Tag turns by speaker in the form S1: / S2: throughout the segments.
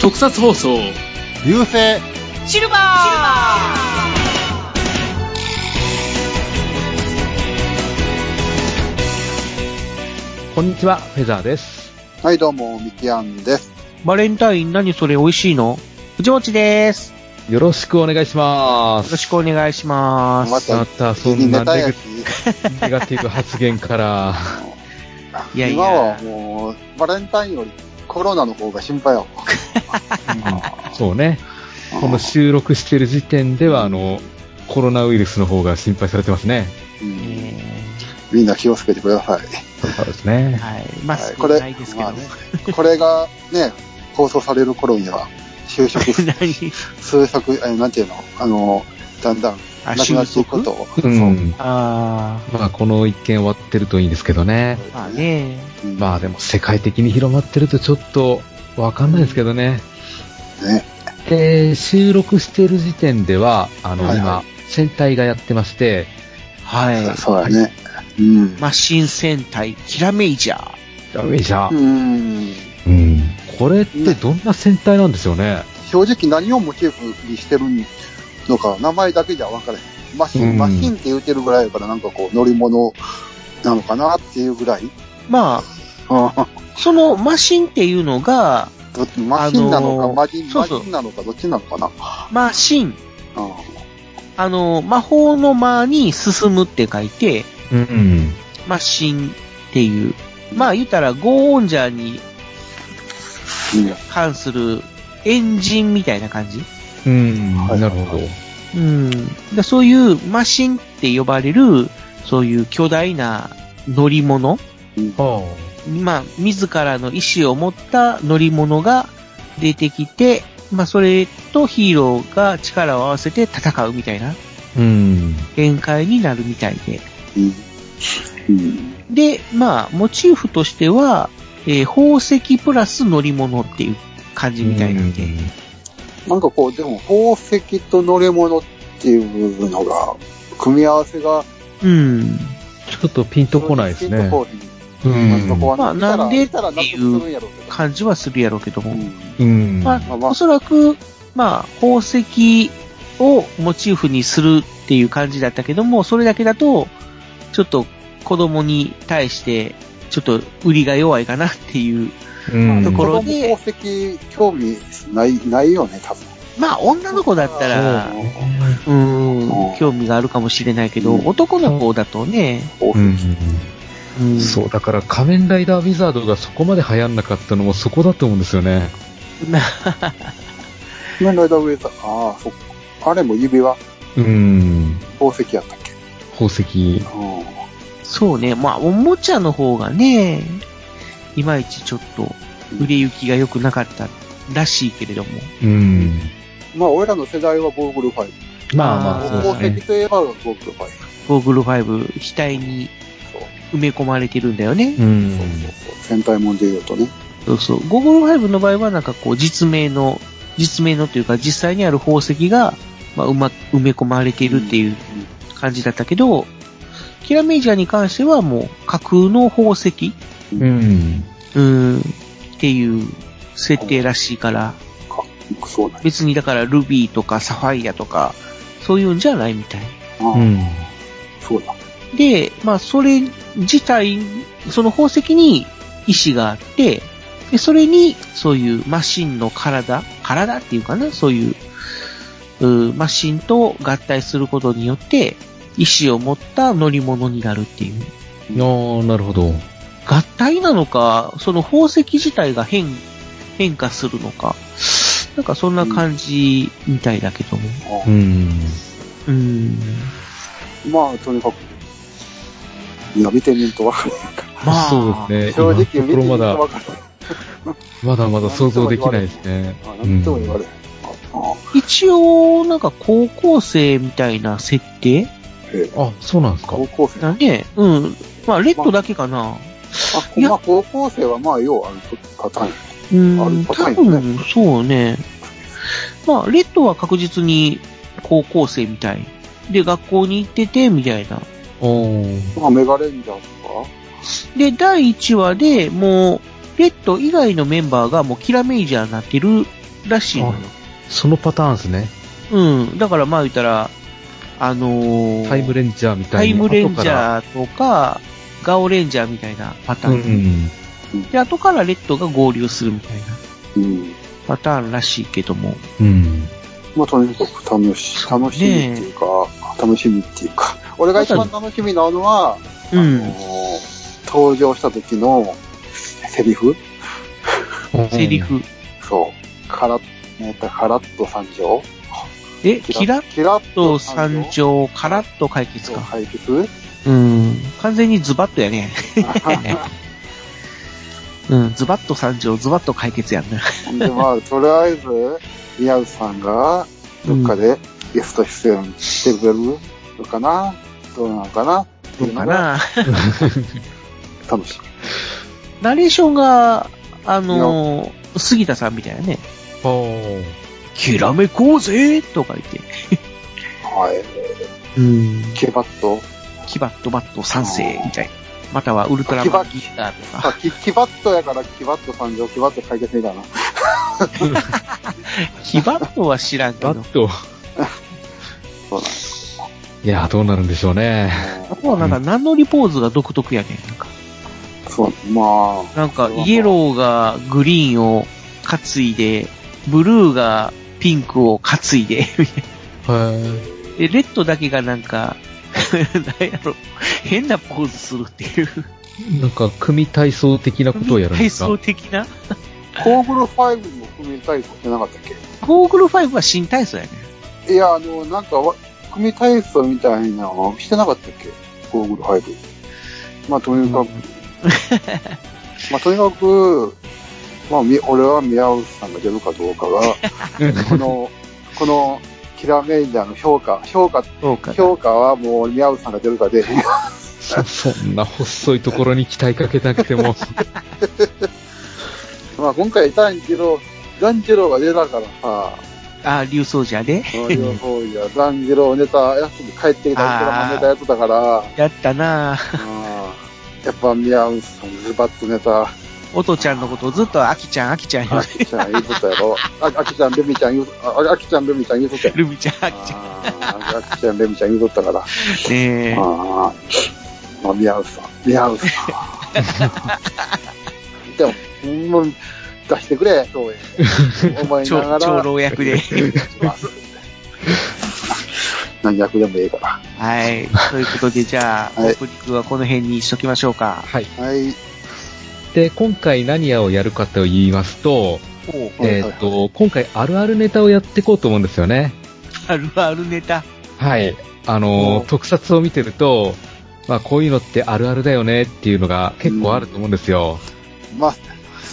S1: 特撮放送
S2: 流星
S3: シルバーシルバ
S4: こんにちは、フェザーです。
S2: はい、どうも、ミキアンです。
S5: バレンタイン何それ美味しいの藤持ちです。よ
S4: よろしくお願いしま
S5: ろし
S4: す。
S5: くお願いします。
S2: ま
S4: またそんな
S2: ネタや
S4: ネ
S2: し、
S4: ガ ネガティブ発言から、
S5: いやいや
S2: 今はもう、バレンタインよりコロナの方が心配やわ。
S4: そうね、この収録してる時点では、あの、コロナウイルスの方が心配されてますね。
S2: うん
S5: え
S2: みんな気をつけてくだ さい。
S4: そうです
S5: ー
S4: ね。
S5: はい。マス
S2: こ
S5: ク
S2: れ、
S5: ないですけどね。
S2: ねこれがね、放送される頃には、就職、
S5: 何
S2: 数足、えなんていうの、あの、だんだん、
S5: あ
S2: なくなっていくことを。
S4: う
S2: そ
S4: ん。
S5: あ
S4: まあ、この一件終わってるといいんですけどね。
S5: ー。まあね。
S2: うん
S4: まあ、でも世界的に広まってるとちょっと、わかんないですけどね。
S2: ね。
S4: で、収録してる時点では、あの、
S2: はいはい
S4: 今、戦隊がやってまして、
S5: はい。
S2: そうやね。うん。
S5: マシン戦隊、キラメイジャー。
S4: ダメじゃ
S2: う。ん。
S4: うん。これってどんな戦隊なんですよね。
S2: 正直何をモチーフにしてるのか、名前だけじゃ分からへん。マシン、
S4: うん
S2: マシンって言うてるぐらいやから、なんかこう、乗り物なのかなっていうぐらい。
S5: ま
S2: うん
S5: あ、そのマシンっていうのが、
S2: どっちマシンなのか、
S5: あのー
S2: マジン、
S5: そうそう
S2: マジンなのか、どっちなのかな。
S5: マシン。
S2: うん
S5: あの、魔法の間に進むって書いて、
S4: うん。
S5: マシンっていう。まあ言ったら、ゴーオンジャーに関するエンジンみたいな感じ。
S4: うん。
S2: はい
S4: なるほど。
S5: うん。だそういうマシンって呼ばれる、そういう巨大な乗り物、
S2: うん
S4: あ
S5: まあ、自らの意志を持った乗り物が出てきて、まあ、それとヒーローが力を合わせて戦うみたいな
S4: うん。
S5: 展開になるみたいで。
S2: うんうん
S5: で、まあ、モチーフとしては、えー宝石プラス乗り物っていう感じみたいなんで。
S2: なんかこう、でも宝石と乗り物っていうのが、組み合わせが、
S5: うん。
S4: ちょっとピンとこないですね。う
S2: うん。
S4: ん。
S5: まあなんで
S2: 見たら納得するんやろうけど
S5: 感じはするやろうけども。
S2: う
S4: うん。
S5: ま
S2: まあ
S5: あ、
S2: まあ
S5: おそらく、まあ、宝石をモチーフにするっていう感じだったけども、それだけだと、ちょっと子供に対して、ちょっと売りが弱いかなっていう。
S4: うん
S5: ところ
S2: 子供宝石興味ない、ないよね、多分。
S5: まあ、女の子だったら、うーん、興味があるかもしれないけど、
S2: うん
S5: 男の子だとね、
S4: う
S2: 宝
S4: ん
S2: 石。
S5: うん
S4: そう、だから仮面ライダーウィザードがそこまで流行んなかったのもそこだと思うんですよね。
S5: まあ
S2: 仮面ライダーウェイザー、ああ、そっか。あれも指輪、
S4: うん。
S2: 宝石やったっけ。
S4: 宝石。
S2: うん。
S5: そうね、まあ、おもちゃの方がね、いまいちちょっと売れ行きが良くなかったらしいけれども。
S4: うん。
S2: まあ、俺らの世代はゴーグルファイ
S4: まあ
S2: ブ。
S4: まあ、そう
S2: 宝
S4: です
S2: 石
S4: ね。
S2: といえばゴーグルファイ
S5: ゴーグル5、額に
S2: そう
S5: 埋め込まれてるんだよ
S4: う
S5: ね。
S2: ブ。
S4: ん。
S2: そうそうそう。戦隊もんで言うとね。
S5: そうそう。ゴーグル5の場合はなんかこう実名の、実名のというか実際にある宝石が、まあ、うま、埋め込まれているっていう感じだったけど、キラメイジャーに関してはもう架空の宝石、
S4: うん。
S5: うーん、っていう設定らしいから、
S2: かそうなんや
S5: 別にだからルビーとかサファイアとか、そういうんじゃないみたい。
S2: ああ
S4: うん。
S2: そうだ。
S5: で、まあ、それ自体、その宝石に意志があって、で、それに、そういうマシンの体、体っていうかな、そういう、うーマシンと合体することによって、意志を持った乗り物になるっていう。
S4: ああ、なるほど。
S5: 合体なのか、その宝石自体が変、変化するのか、なんかそんな感じみたいだけども。
S2: ああ
S4: うん。
S5: うーん。
S2: まあ、とにかく、いや、見てみると 分かる。
S5: まあ
S4: そうですね。
S2: 正直見て
S4: 今のところまだ
S2: みると分かる。
S4: まだまだ想像できないですね
S2: あ。なんとも言われへん。ああ
S5: 一応、なんか高校生みたいな設定
S2: ええ
S4: うんあ、そうなんですか。
S2: 高校生。
S5: だね。うん。まあ、レッドだけかな。
S2: あ、
S5: いや
S2: まあ、高校生はまあ、ようあるパターンや。
S5: う
S2: あれ
S5: ん。
S2: 高
S5: 多
S2: いよね
S5: 分、そうね。まあ、レッドは確実に高校生みたい。で、学校に行ってて、みたいな。
S4: おー
S2: まあ、メガレンジャーズと
S5: で、第1話でもう、レッド以外のメンバーがもうキラメイジャーになってるらしいのよ。
S4: そのパターンですね。
S5: うん。だからまあ言ったら、あのー
S4: タイムレンジャーみた
S5: タ
S4: い
S5: イ
S4: な。
S5: ムレンジ
S4: ー。
S5: ャーとか、ガオレンジャーみたいなパタ
S4: う
S5: ー
S4: ん
S5: ン。
S4: うん。
S5: で、後からレッドが合流するみたいな
S2: かうん。
S5: パターンらしいけども。
S4: うん。
S2: まあ、とにかく楽し、楽しみっていうか、楽しみっていうか、俺が一番楽しみなのは、
S5: う
S2: あの
S5: ん。
S2: ー登場した時のセリフ
S5: セリ。フ。
S2: そう。から、えっと、カラッと参上
S5: え、キラッ
S2: キラッ
S5: と参上、カラッと解決
S2: そう
S5: か。
S2: 解決
S5: うん。完全にズバッとやね。 うん。ズバッと参上、ズバッと解決やんな。
S2: で、まあ、とりあえず、宮内さんが、どっかでゲスト出演してくれるのかな、どうなのかなって
S5: ど
S2: いううの
S5: か
S2: が
S5: な。
S2: 楽しい。
S5: ナレーションが、あのー、杉田さんみたいなね。
S4: おー
S5: きらめこうぜとか言って。
S2: はい。
S5: うん。
S2: キバット。
S5: キバットバット賛成みたいな。またはウルトラマンギターと
S2: あ
S5: か。、
S2: キキバットやから、キバット参上、キバット解決みたいな。
S5: キバットは知らんけ
S4: バ
S5: ど。
S4: ッと。
S2: そうだ
S4: いやー、どうなるんでしょうね。
S5: あとはなんか何のリポーズが独特やねん。なんか、
S2: そう、まあ、
S5: なんかイエローがグリーンを担いで、ブルーがピンクを担いで、 みたい
S4: はい。
S5: なで、レッドだけがなんか、 なんやろ、変なポーズするっていう。
S4: なんか、組体操的なことをやるんですか
S5: 体操的な。
S2: コーグル5も組み体操してなかったっ
S5: ゴーグル5は新体操やねん。
S2: けいや、あの、なんかわ、組み体操みたいなのしてなかったっけコーグル5。まあ、とにかく、まあ、とにかく、まあ、み俺は宮内さんが出るかどうかが、 この、この、キラメイジャーの評価、評価、
S5: そうかな。
S2: 評価はもう宮内さんが出るかで、
S4: そそんな細いところに期待かけなくて も。
S2: まあ、今回、団次郎、団次郎が出たから さ、
S5: あ、竜奏者で。
S2: 両方いや、団次郎ネタやつに帰ってきたウルトラマンネタやつだから、
S5: やったなぁ。
S2: うんやっぱ宮内さん、ズバッとネタ、
S5: おとちゃんのことをずっと、あきちゃん、あきちゃん言
S2: あ
S5: うて、
S2: きちゃん言うとったやろ。ああきちゃん、ルミちゃん言うと、ああきちゃん、ルミちゃん言うとったやろ。
S5: ルミちゃん、あきちゃ
S2: あーあきちゃん、ルミちゃん言うとったから。
S5: ん。ねえ。
S2: あーまあ、宮内さん、宮内さん。でも、もう出してくれ、そう思い
S5: 超
S2: な がら。
S5: 超老役で。
S2: 何役でもいいか
S5: はい。ということで、じゃあ、
S2: はい
S5: オープニングはこの辺にしときましょうか。
S4: はい。
S2: ら。はい。
S4: で、今回何をやるかと言いますと、
S5: お
S2: はい
S4: えっ、と、今回あるあるネタをやっていこうと思うんですよね。
S5: あるあるネタ。
S4: はい。あ
S2: お
S4: の、特撮を見てると、まあこういうのってあるあるだよねっていうのが結構あると思うんですよ。
S2: まあ、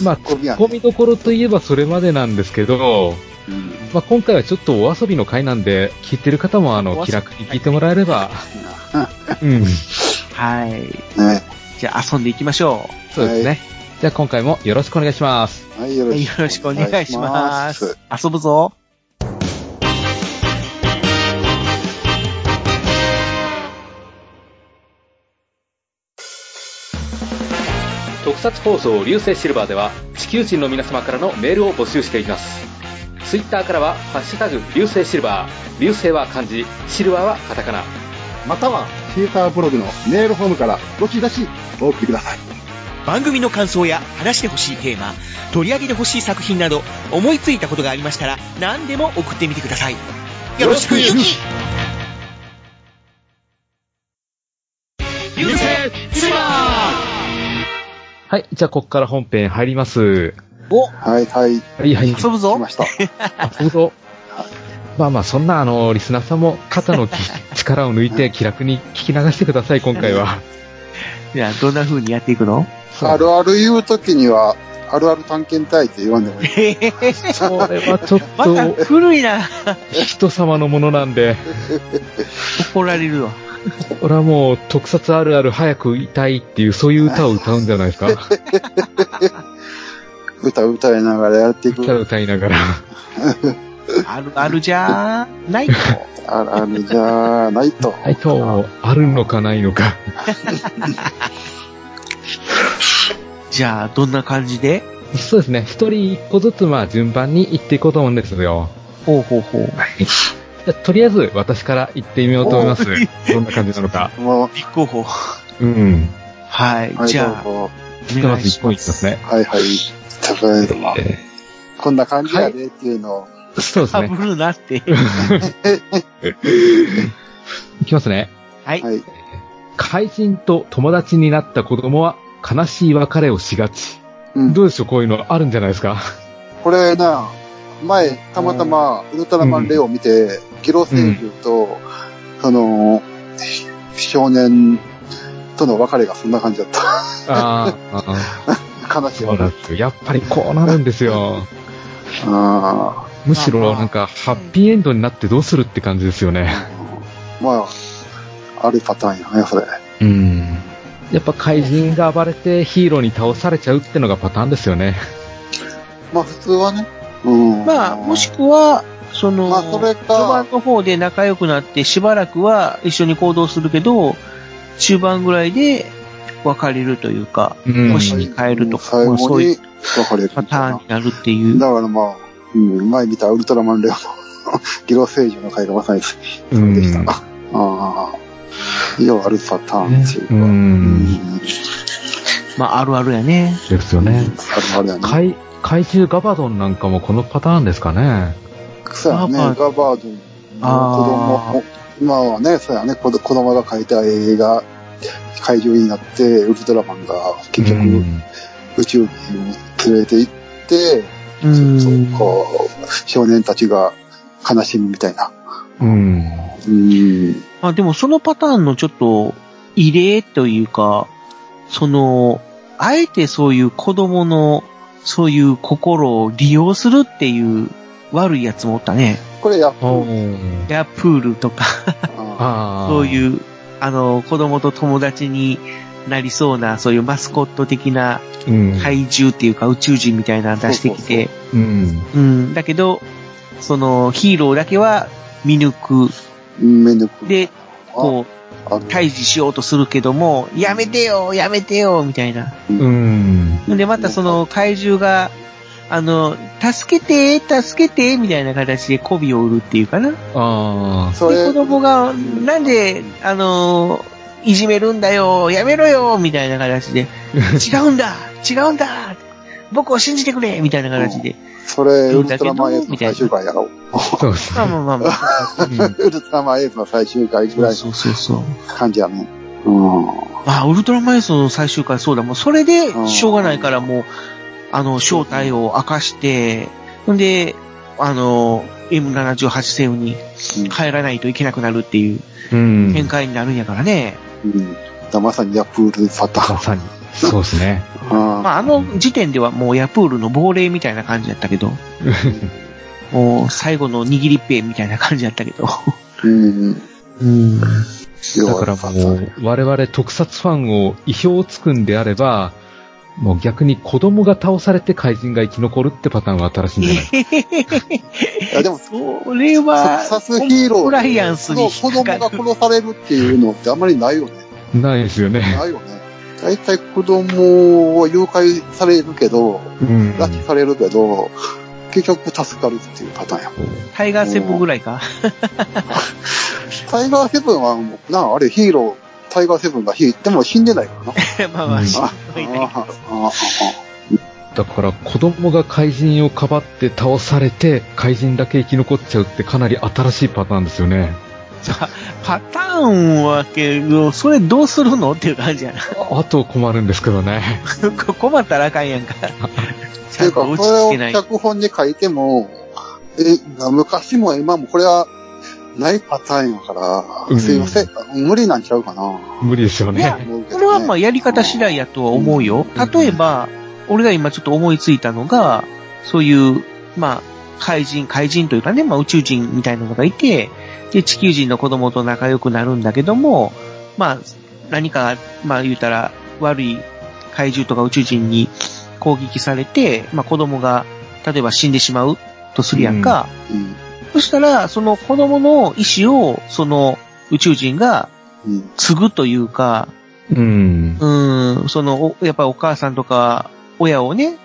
S4: まあ、
S2: ツッコミやね
S4: ツッコミどころといえばそれまでなんですけど、
S2: うん
S4: まあ今回はちょっとお遊びの回なんで、聞いてる方もあ
S5: お遊
S4: の、
S5: び
S4: 気楽に聞いてもらえれば、 うん、
S5: はい。
S2: ね
S5: じゃあ、遊んでいきましょ
S4: そうですね。じゃあ今回もよろしくお願いします。
S2: はい、よ
S5: う。は
S2: ろ
S5: い
S2: し
S5: よ
S2: く
S5: ろしくお願いします。遊ぶぞ。
S4: 特撮放送流星シルバーでは地球人の皆様からのメールを募集していますツイッターからは「ハッシュタグ流星シルバー」流星は漢字シルバーはカタカナ
S2: または、シーターブログのメールフォームから、どしどしお送りください。
S6: 番組の感想や話してほしいテーマ取り上げてほしい作品など思いついたことがありましたら何でも送ってみてくださいよろしくゆき流星シルバ
S4: はいじゃあここから本編入ります
S5: お
S2: はい、
S4: は
S2: はい、
S4: いはい
S5: 遊ぶ
S2: 来
S5: ぞ
S2: ま。した。
S4: あそう そうまあまあそんなあのリスナーさんも肩のき力を抜いて気楽に聞き流してください今回 は
S5: じゃあ、どんな風にやっていくの
S2: あるある言うときには、あるある探検隊って言わんでもいい。
S5: へへへ
S4: これはちょっ
S5: また
S4: と
S5: 古いな。
S4: 人様のものなんで
S5: 怒られるわ。
S4: 俺はもう特撮あるある早く言いたいっていうそういう歌を歌うんじゃないですか
S2: 歌歌いながらやっていく。
S4: 歌歌いながら。
S5: ある、あるじゃ ないと。
S2: あらあれじゃないと。
S4: はい、と、あるのかないのか。
S5: じゃあ、どんな感じで
S4: そうですね。一人一個ずつ、まあ、順番に行っていこうと思うんですよ。
S5: ほうほうほう。
S4: はい。じゃあとりあえず、私から行ってみようと思います。どんな感じなのか。
S2: もう、
S5: 立候補。
S4: うん。
S5: はい、
S2: はい、
S5: じゃあ、
S2: どうぞ。
S5: お
S4: ま
S5: 願
S4: ず
S5: いし
S4: 1ポイン
S5: ま。
S4: トですすね。
S2: はいはい。多分、
S4: え
S2: こんな感じやでっていうのを。
S4: ーそうです
S5: か
S4: ね。
S5: ぶるなって。
S4: いきますね。
S5: はい。
S2: はい。
S4: 怪人と友達になった子供は悲しい別れをしがち。
S2: うん
S4: どうでしょうこういうのあるんじゃないですか
S2: これな、前、たまたま、ウルトラマンレオを見て、ギロ星球と、その、少年との別れがそんな感じだった。
S4: あーあ
S2: 悲
S4: ー、
S2: しい
S4: そ
S2: わ
S4: う
S2: け。
S4: なんですよ。やっぱりこうなるんですよ。
S2: あ
S4: むしろなんか、ハッピーエンドになってどうするって感じですよね。
S2: ーまあ、あるパターンやね、それ。
S4: うん。やっぱ怪人が暴れてヒーローに倒されちゃうってのがパターンですよね。
S2: まあ、普通はね。うん。
S5: まあ、もしくは、その、
S2: まあそれか
S5: 序盤の方で仲良くなって、しばらくは一緒に行動するけど、中盤ぐらいで別れるというか、
S4: うん
S5: 星に変えるとか、
S2: 最
S5: まあそ
S2: 後
S5: うい
S2: に
S5: う
S2: 別れるみた
S5: パ
S2: い
S5: ターン
S2: な。
S5: になるっていう。
S2: だからまあ、うん、前見たウルトラマンレオの ギロ星人の回がまさにそう
S4: うん。
S2: でしたな。ああ。要はあるパターンっていうか。
S4: う。
S2: うんん。
S5: まあ、あるあるやね。
S4: ですよね。
S2: あれあれやね。
S4: 怪、怪獣ガバドンなんかもこのパターンですかね。
S2: そうやね、
S5: ガ
S2: ガバ
S5: バ
S2: ードン
S5: あー
S2: の子供、今はね、そうやね、子ど子供が描いた映画、会場になって、ウルトラマンが結
S4: う
S2: 局
S4: ん
S2: 宇宙に連れて行って、
S5: う
S2: そ
S5: ん。
S2: うこう、少年たちが悲しむみたいな。
S4: うん。
S2: うん。
S5: まあ、でもそのパターンのちょっと、異例というか、その、あえてそういう子供の、そういう心を利用するっていう悪いやつもおったね。
S2: これやっぱ、
S5: いや、プールとか、
S2: あ
S4: ああ。
S5: そう
S4: う。
S5: いう、あの、子供と友達になりそうな、そういうマスコット的な
S4: うん。い。
S5: 怪獣っていうか宇宙人みたいなの出してきて、
S4: うん。
S5: うん、だけど、そのヒーローだけは見抜く。
S2: ーめんどく
S5: で、こ
S2: あ
S5: う、
S2: の
S5: 退治しようとするけども、やめてよやめてよみたいな。
S4: うん。
S5: で、またその怪獣が、あの、助けて助けてみたいな形で媚びを売るっていうかな。
S4: あ
S2: そ
S5: で、
S2: れ
S5: 子、供が、なんで、あのーいじめるんだよ、やめろよ、みたいな形 で、違うんだ、違うんだ、僕を信じてくれ、みたいな形で。
S2: それ、ウルトラマンエースの最終回やろう。
S4: あ。そうです
S5: まあ
S4: ね。
S5: まあまあ まあ。
S4: うん
S2: ウルトラマンエースの最終回ぐ
S5: そ
S2: ら
S5: う
S2: い
S5: そうそうそう。
S2: の感じやね。うん。
S5: まあ、ウルトラマイスの最終回そうだ、もうそれで、しょうがないからもう、あの、正体を明かして、ほんで、あの、M78 星雲に帰らないといけなくなるっていう
S4: うん。
S5: 展開になるんやからね。
S2: うん。だからまさにヤプールパタ
S4: ま
S2: ー
S4: さに。そうですね。
S2: ン。あ
S5: まあ、あの時点ではもうヤプールの亡霊みたいな感じだったけど、もう最後の握りっぺみたいな感じだったけど。
S2: うん。
S5: うん。
S4: だからもう、我々特撮ファンを意表をつくんであれば、もう逆に子供が倒されて怪人が生き残るってパターンは新しいんじゃない
S2: いやでも、
S5: それは、
S2: サスヒーロー
S5: コンプライアンスに引
S2: 子
S5: っ
S2: 供
S5: か
S2: が
S5: かる。
S2: 殺されるっていうのってあんまりないよね。
S4: ないですよね。
S2: ないよね。大体子供を誘拐されるけど、
S4: うん。
S2: 拉致されるけど、結局助かるっていうパターンや。
S5: タイガーセブンぐらいか。
S2: タイガーセブンはもう、なあ、あれヒーロー、タイガーセブンがヒー、でも死んでない からな。
S5: まあまあ、
S4: うん
S5: しん
S2: あ
S5: どいね。
S2: あああ
S4: だから子供が怪人をかばって倒されて、怪人だけ生き残っちゃうってかなり新しいパターンですよね。
S5: パターンはけど、それどうするのっていう感じやな。
S4: あと困るんですけどね。
S5: 困ったらあかんやんか。
S2: っ
S5: ち
S2: て
S5: ゃ
S2: いう
S5: ん
S2: か、
S5: と
S2: こ
S5: 落
S2: れ
S5: ち着
S2: を
S5: けない。
S2: 脚本に書いても、え、昔も今もこれはないパターンやから、
S4: うん
S2: すいません、無理なんちゃうかな。
S4: 無理ですよ
S5: いや
S4: ね。
S2: 思うけどね
S5: これはまあやり方次第やとは思うよ。
S4: うん
S5: 例えば、俺が今ちょっと思いついたのが、そういう、まあ、怪人、怪人というかね、まあ宇宙人みたいなのがいて、で、地球人の子供と仲良くなるんだけども、まあ、何か、まあ言うたら、悪い怪獣とか宇宙人に攻撃されて、まあ子供が、例えば死んでしまう。とするやんか。
S2: うん。
S5: そしたら、その子供の意思を、その宇宙人が
S2: うん。
S5: 継ぐというか、
S4: うん。
S5: うーん、その、おやっぱりお母さんとか、親をね、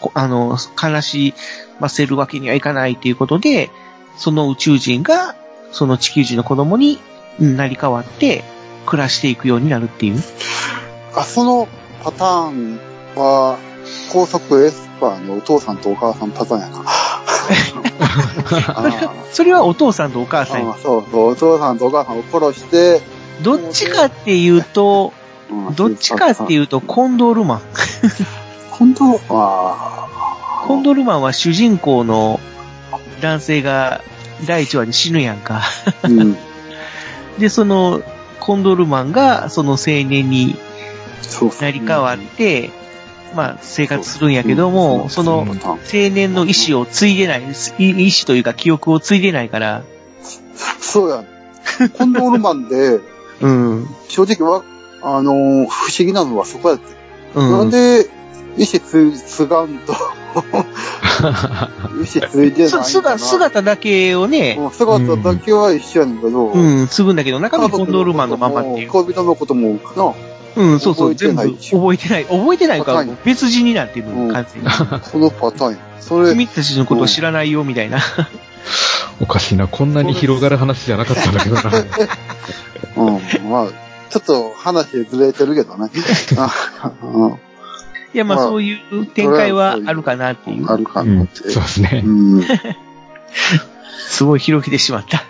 S5: こあの、悲しませるわけにはいかないということで、その宇宙人が、その地球人の子供にうん成り代わって、暮らしていくようになるっていう。
S2: あ、そのパターンは、高速エスパーのお父さんとお母さんパターンや な。あ
S5: それはお父さんとお母さ
S2: ー
S5: ん。
S2: あそうそう、お父さんとお母さんを殺して、
S5: どっちかっていうと、
S2: うん
S5: どっちかっていうと、コンドールマン。
S2: 今度は、
S5: コンドールマンは主人公の男性が第1話に死ぬやんか。
S2: うん。
S5: で、その、コンドールマンが、その青年に
S2: そうそう
S5: 成り代わって、まあ、生活するんやけど
S2: う
S5: も、
S2: ん
S5: そ
S2: うん
S5: の、
S2: パターン
S5: 青年の意思を継いでない、い意思というか記憶を継いでないから、
S2: そうや、ね。コンドールマン で、
S5: うん。
S2: 正直は、あのー不思議なのはそこやって。な
S5: うんん。
S2: で、意思つ、つがん と、意思ついてないんだ
S5: す
S2: な。
S5: 姿姿だけをね、
S2: もう姿だけは一緒やねんけど、
S5: うん、継ぐんだけど、中身コンドールマンのままっていう。
S2: 恋人のことも、な、
S5: うん、そうそ
S2: 覚
S5: う、
S2: えて
S5: 全部
S2: ない
S5: 覚えてない。覚えてないから
S2: わかんない、
S5: 別人になってる
S2: うん
S5: 感じ。
S2: そのパターンや。それ、
S5: 君たちのことを知らないよ、みたいな。
S4: おかしいな。こんなに広がる話じゃなかったんだけどな。
S2: うん、まあ、ちょっと話ずれてるけど ね。あう
S5: いや、まあ、
S2: まあ
S5: そういう展開はあるかなってい
S2: んあ
S5: う。
S2: るか
S4: う
S2: なっ
S4: ん、
S2: て
S4: そう。ですね
S2: う。ん。うん。
S5: すごい広げてしまった。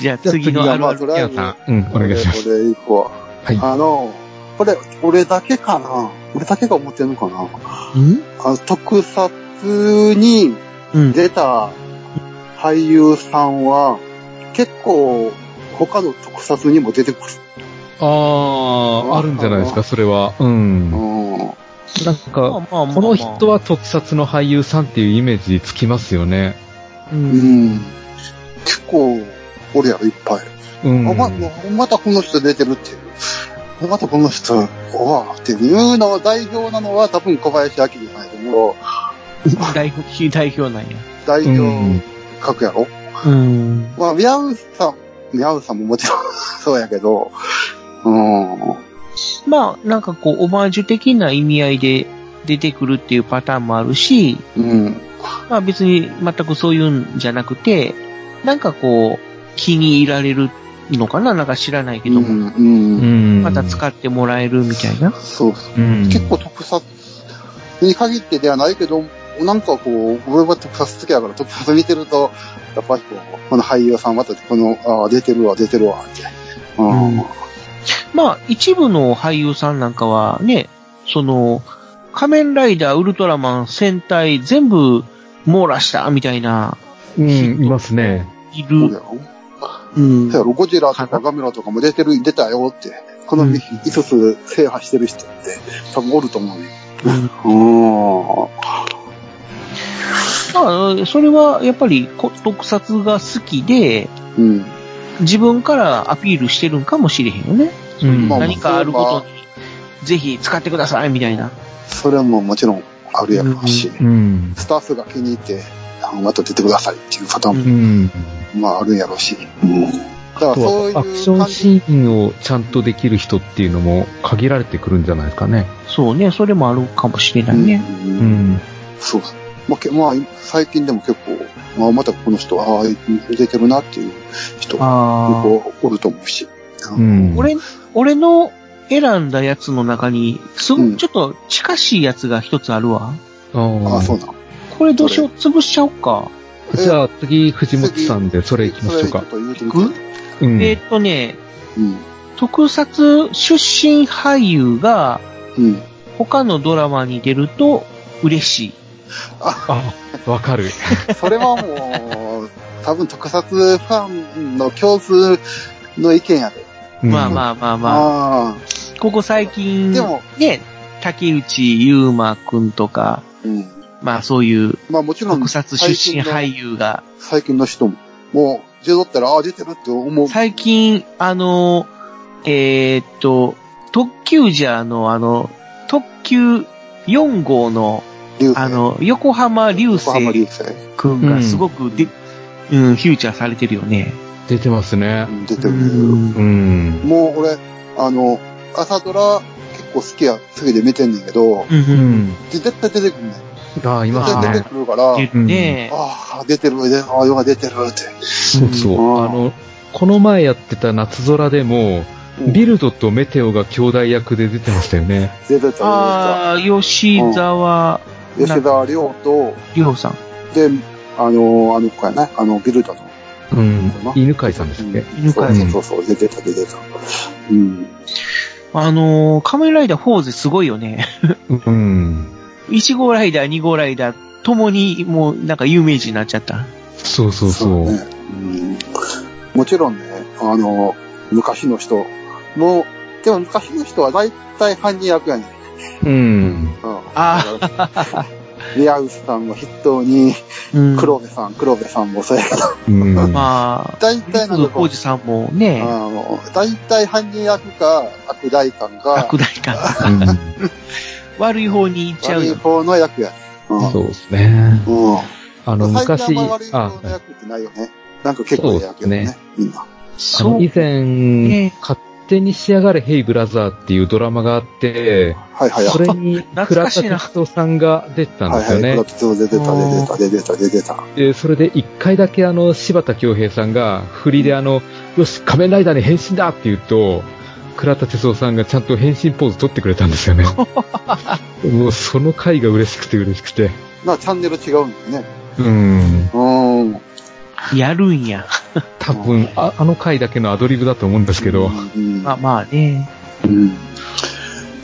S5: じゃあ、次のあるある。
S2: じゃ
S4: 皆
S2: あ次
S4: さ
S2: は
S4: ん、うん、お願いします。
S2: これ、これ行こ。。
S4: はいう
S2: あの、これ、俺だけかな俺だけが思ってるのかなんあの、特撮に
S5: うん。
S2: 出た俳優さんは、結構、他の特撮にも出てくる。
S4: あー、あるんじゃないですか、それは。うん。
S2: うん。
S4: なんか、
S5: ま
S4: こ
S5: あ
S4: の人
S5: は、
S4: は特撮の俳優さんっていうイメージつきますよね。
S5: う。
S2: うんん。結構、おるやろ、いっぱい。
S4: うん。
S2: あままたこの人出てるっていう。またこの人、わあっていうのは代表なのは多分小林明じゃないと思う。
S5: 代表、非代表なんや。
S2: 代
S4: うん
S2: 表格やろ、
S5: うん。
S2: まあ、宮内さん、宮内さんももちろん そうやけど、うん。
S5: まあ、なんかこう、オマージュ的な意味合いで出てくるっていうパターンもあるし、
S2: うん。
S5: まあ別に全くそういうんじゃなくて、なんかこう、気に入られるのかななんか知らないけ
S2: う
S5: ども、
S2: ん。うん。
S4: うん。
S5: また使ってもらえるみたいな。
S2: そうそ
S4: う
S2: う。
S4: ん。
S2: 結構特撮に限ってではないけど、なんかこう、俺は特撮好きだから、特撮見てると、やっぱりこう、この俳優さんまた、この、ああ、出てるわ、出てるわ、って。うん。
S5: うんまあ一部の俳優さんなんかはね、その、仮面ライダー、ウルトラマン、戦隊、全部網羅したみたいな、
S4: うん、いますね。
S5: い
S2: そうだ
S5: る。
S2: よ。
S5: うん
S2: そうやろ、ゴジラとかガメラとかも出てる、出たよって。この
S5: うん
S2: 5つ制覇してる人って多分おると思うね。
S5: うん
S2: う
S5: まあ、それはやっぱりこ特撮が好きで、
S2: ん。うん。
S5: 自分からアピールしてるんかもしれへんよね。
S4: うん。
S2: まあ
S5: 何かあることに、ぜひ使ってくださいみたいな。
S2: それはもうもちろんあるやろうし、
S5: うん
S4: うん。
S2: スタッフが気に入って、あまた出てくださいっていうパターン
S4: うん。
S2: もまああるんやろうし。うん。だから
S4: あと
S2: そ
S4: は、
S2: ういう
S4: ア
S2: 感
S4: クシ
S2: じ。
S4: ョンシーンをちゃんとできる人っていうのも限られてくるんじゃないですかね。
S5: そうね、それもあるかもしれないね。
S2: うん
S4: う。ん。
S2: そうそう。まあ、けまあ、最近でも結構、まあ、またこの人、ああ、出てるなっていう人、結
S5: ああ。
S2: 構おると思うし。
S4: うん。
S5: 俺、俺の選んだやつの中に、す
S2: うん
S5: ぐ、ちょっと近しいやつが一つあるわ。
S4: あー
S2: ああ、そうなの。
S5: これどうしよう、潰しちゃおうか。
S4: じゃあ次、藤本さんでそれ行きましょうか
S2: そ。れちょっと言う
S5: 行
S2: てみ
S5: く
S2: て。
S4: うん。
S5: えーっとね、
S2: うん。
S5: 特撮出身俳優が
S2: うん。
S5: 他のドラマに出ると嬉しい。
S4: あ、わかる。
S2: それはもう、多分特撮ファンの共通の意見やで。
S5: まあ
S4: あ。
S5: まあまあまあ。
S2: ああ。
S5: ここ最近、
S2: でも
S5: ね、竹内優馬くんとか、
S2: うん。
S5: まあそういう
S2: まあもちろん、
S5: 特撮出身俳優が、
S2: 最近の人も、もう、出とったら、ああ、出てるって思う。
S5: 最近、あの、えーっと、特急ジャーのあの、特急4号の
S2: 流星。
S5: あ、の、横浜流
S2: 横浜流
S5: 星
S2: 星。う
S5: くんがすごくで、うん、フューチャーされてるよね。
S4: 出てますね。
S2: ん出て
S5: う
S2: る。
S5: ん。
S4: うん。
S2: もう俺、あの、朝ドラ結構好きや、好きで見てんねんけど、
S5: う。
S4: うんん。
S2: で絶対出てくるねん。
S4: ああ、いま
S2: 絶
S4: す
S2: 対出
S4: ね
S2: て。くるから、
S4: うん
S5: ね
S2: ああ、出てる、でああ、ヨガ出てるって。
S4: そうそうう。
S2: ん
S4: あの、この前やってた夏空でも、ビルドとメテオが兄弟役で出てましたよね。
S2: 出てた、
S5: ああ、吉沢
S2: 出てた。吉沢亮と、
S5: 亮さん。
S2: で、あの、あの子やね、あの、ビルドの。
S4: うん
S2: ま。
S4: 犬飼さんですっけ
S5: 犬飼
S4: さん
S2: そうそうそうそう、出てた、出てた。うん。
S5: あのー仮面ライダー4ですごいよね。
S4: うん。
S5: 1号ライダー、2号ライダー、ともにもうなんか有名人になっちゃった。
S4: そうそうそう。
S2: ねうんもちろんね、あの、昔の人も、でも昔の人は大体犯人役やねん。
S4: うん。
S2: うん
S5: あ
S2: リアウスさんも筆頭に、
S5: うん
S2: 黒部さん、黒部さんもそうやけど、
S4: うん。
S5: まあ、
S2: 大体なん
S5: 工
S2: か
S5: 事
S2: こう
S5: さんもね、
S2: あの、大体犯人役か、悪大官か、
S5: 悪大感。
S4: うん
S5: 悪い方に行っちゃう
S2: 悪い
S5: よ。
S2: 方の役やねん。うん
S4: そうですね。
S2: うん。
S4: あの、
S2: 最
S4: 昔
S2: 近あんま悪い、
S4: あ
S2: 方、の役ってないよね。なんか結構ええ役やね。みんな。
S4: あ
S5: そ
S4: の
S5: う
S4: 以。前、勝手に仕上がれ、ヘイブラザーっていうドラマがあって、
S2: はいはい。
S4: それに
S5: 懐
S4: 倉
S5: か
S4: 田
S5: しいな
S4: 哲夫さんが出てたん
S2: は
S4: で
S2: い
S4: す
S2: は
S4: よ
S2: い。
S4: ね
S2: 黒。ピツを出てた、出てた、出てた、出てた。
S4: で、それで一回だけあの、柴田恭平さんが、振りであの、よし、仮面ライダーに変身だって言うと、倉田哲夫さんがちゃんと変身ポーズ取ってくれたんですよ ね。もうその回が嬉しくて嬉しくて。
S2: な、チャンネル違うんだよね。
S4: うん。
S2: うん。
S5: やるんや。
S4: 多分あ、あの回だけのアドリブだと思うんですけど。
S2: うん。
S5: まあまあね。
S2: うん。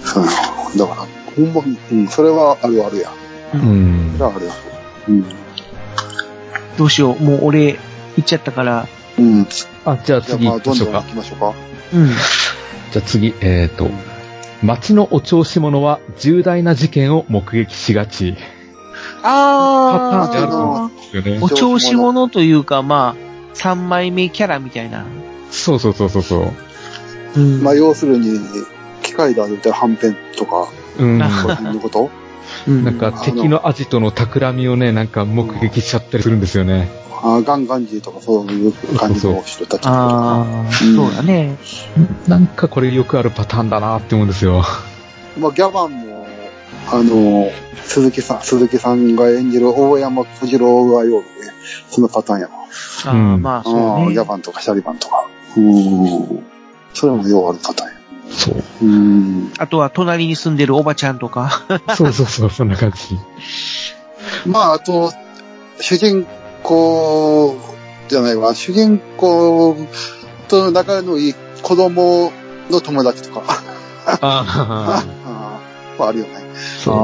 S2: そうやなだから、ほんまに、うん、それはあるあるや。
S5: う
S4: うんん
S2: それ。はあるや。うん。
S5: どうしよう。もう俺、行っちゃったから。
S2: うん。じ
S4: あ、じゃあ
S2: ゃあ、
S4: 次
S2: ま
S4: 行
S2: あ、
S4: きま
S2: どん
S4: し
S2: ど
S4: ょうんか
S2: 行。きましょうか。
S5: うん。
S4: じゃあ次、えっ、と、町のお調子者は重大な事件を目撃しがち。パターンってあると思
S5: あ
S4: うんですよね
S5: お。調子者というか、まあ、3枚目キャラみたいな。
S4: そうそうそうそうそう。
S5: うん。
S2: まあ、要するに、機械で歩いたはんぺんとか、
S4: うん。
S5: あ
S2: この辺 のこと
S5: うん
S4: なんか敵のアジトの企みをね、なんか目撃しちゃったりするんですよね。
S2: あーガンガンジーとかそういう感じの人たちとか。
S5: ああ、
S2: うん
S5: そうだね。
S4: なんかこれよくあるパターンだなって思うんですよ。
S2: まあ、ギャバンも、あの、鈴木さん、鈴木さんが演じる大山小次郎がようね、そのパターンやな。
S5: あ
S4: う
S5: ー
S4: ん
S5: まあ、
S2: あ
S5: そう
S2: あ、
S5: ね
S2: ギャ。バンとかシャリバンとか。うん。それもようあるパターンや。
S4: そう。
S2: うん。
S5: あとは隣に住んでるおばちゃんとか。
S4: そうそうそう、そんな感じ。
S2: まあ、あと、主人公じゃないわ、主人公と仲のいい子供の友達とか。
S4: あ
S2: ああ、まあ、あるよね。
S4: あ、
S2: あ
S4: そう。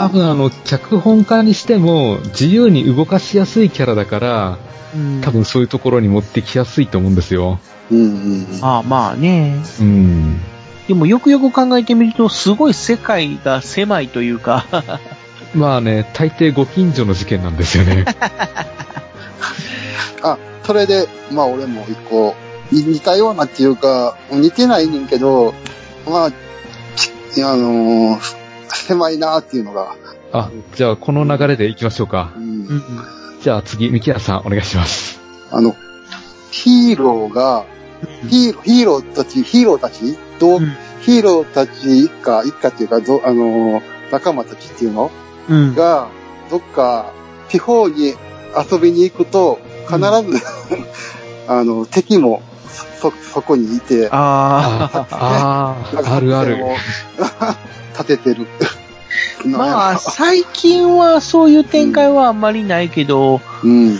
S2: あ、うん。
S4: 多分あの、脚本家にしても、自由に動かしやすいキャラだから、
S5: うん
S4: 多。分そういうところに持ってきやすいと思うんですよ。
S2: うんうんうん。
S5: ああ、まあね。
S4: うん。
S5: でもよくよく考えてみると、すごい世界が狭いというか。
S4: まあね、大抵ご近所の事件なんですよ ね。
S2: あ、それで、まあ俺も一個、に似たようなっていうか、似てないねんけど、まあ、ちあのー狭いなっていうのが、
S4: あ、じゃあこの流れで行きましょうか
S2: う。ん
S5: うん
S4: じゃあ次、ミキヤさんお願いします。
S2: あの、ヒーローが、ヒーロー、ヒーローたち、ヒーローたちどう、
S5: うん
S2: ヒーローたち一家、一家っていうか、どうあのー仲間たちっていうの
S5: うん。
S2: が、どっか、地方に遊びに行くと、必ず、 あの、敵も、そ、そこにいて、
S5: ああ。
S4: ああ、あるある。。
S2: 立ててる。
S5: ま
S2: なん
S5: あ、
S2: や
S5: 最近はそういう展開はあんまりないけど、
S2: うん。
S5: う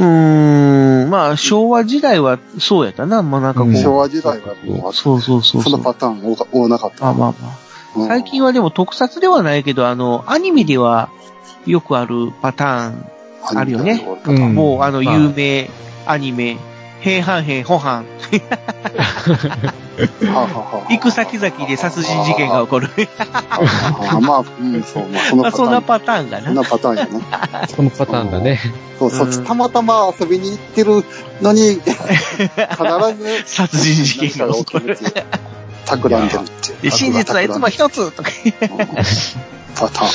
S5: ーん、まあ、昭和時代はそうやったな。まあなんかこ
S4: うん
S2: 昭
S5: う。
S2: 和時代はもう、そ
S5: そうそうそうそ
S2: の
S5: う。
S2: パターン多か多なかった。
S5: まあまあまあ。
S2: うん
S5: 最近はでも特撮ではないけど、あの、アニメではよくあるパターン、あるよね
S4: うん
S5: もうあの、
S4: まあ
S5: 有名アニメ、平半平保半、行く先々で殺人事件が起こる。
S2: ああまあ、うん、そう、まあ、その
S5: まあ、
S2: パタ
S5: そん
S2: ー
S5: な
S2: ン。
S5: パターンが
S2: そんな
S5: な。
S2: パターンやね。
S4: このパターンだね。
S2: そう、そっ
S5: う
S2: ち
S5: ん
S2: たまたま遊びに行ってるのに、必ず、
S5: 殺人事件が 起こる。
S2: 何かが起きるっていう企んでるっていう。
S5: で真実はいつも一つとか。
S2: うんパターン。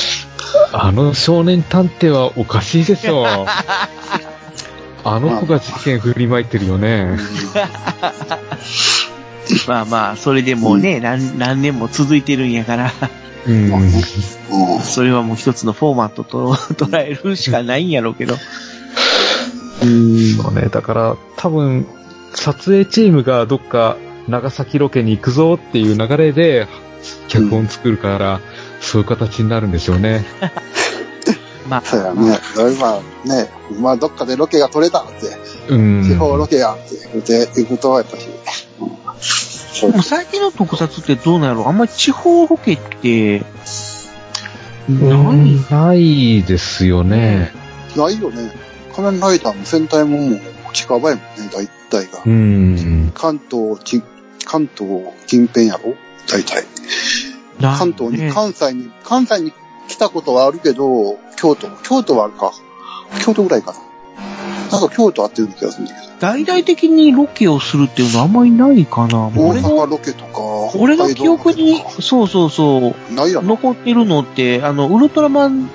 S4: あの少年探偵はおかしいでしょう。あの子が事件振りまいてるよね。
S5: まあまあ、それでもうね、何、何年も続いてるんやから、
S4: うん。
S5: それはもう一つのフォーマットと捉えるしかないんやろうけど。
S4: そうね。だから、多分、撮影チームがどっか長崎ロケに行くぞっていう流れで、脚本作るから、そういう形になるんでしょうね。
S5: ま
S2: そうやね。今ね、まあどっかでロケが取れたって、
S4: うん。
S2: 地方ロケやって言って行くと、やっぱし、うんそう
S5: あ、もう最近の特撮ってどうなんやろあんまり地方ロケって、
S4: うん
S5: 何
S4: ないですよね。
S2: ないよね。仮面ライダーも戦隊ももう近場やもんね、大体が
S4: う。ん。
S2: 関東、ち関東近辺やろ大体。関東に、関西に、関西に来たことはあるけど、京都、京都はあるか。京都ぐらいかな。なんか京都あってる気がするんだけど。
S5: 大々的にロケをするっていうのはあんまりないかな。
S2: 大
S5: 俺の、
S2: 阪ロケとか、
S5: 俺
S2: 北
S5: の
S2: 海
S5: 記
S2: 道ロケ
S5: 憶に
S2: とか、
S5: そうそうそう、
S2: ないやろ。
S5: 残ってるのって、あの、ウルトラマン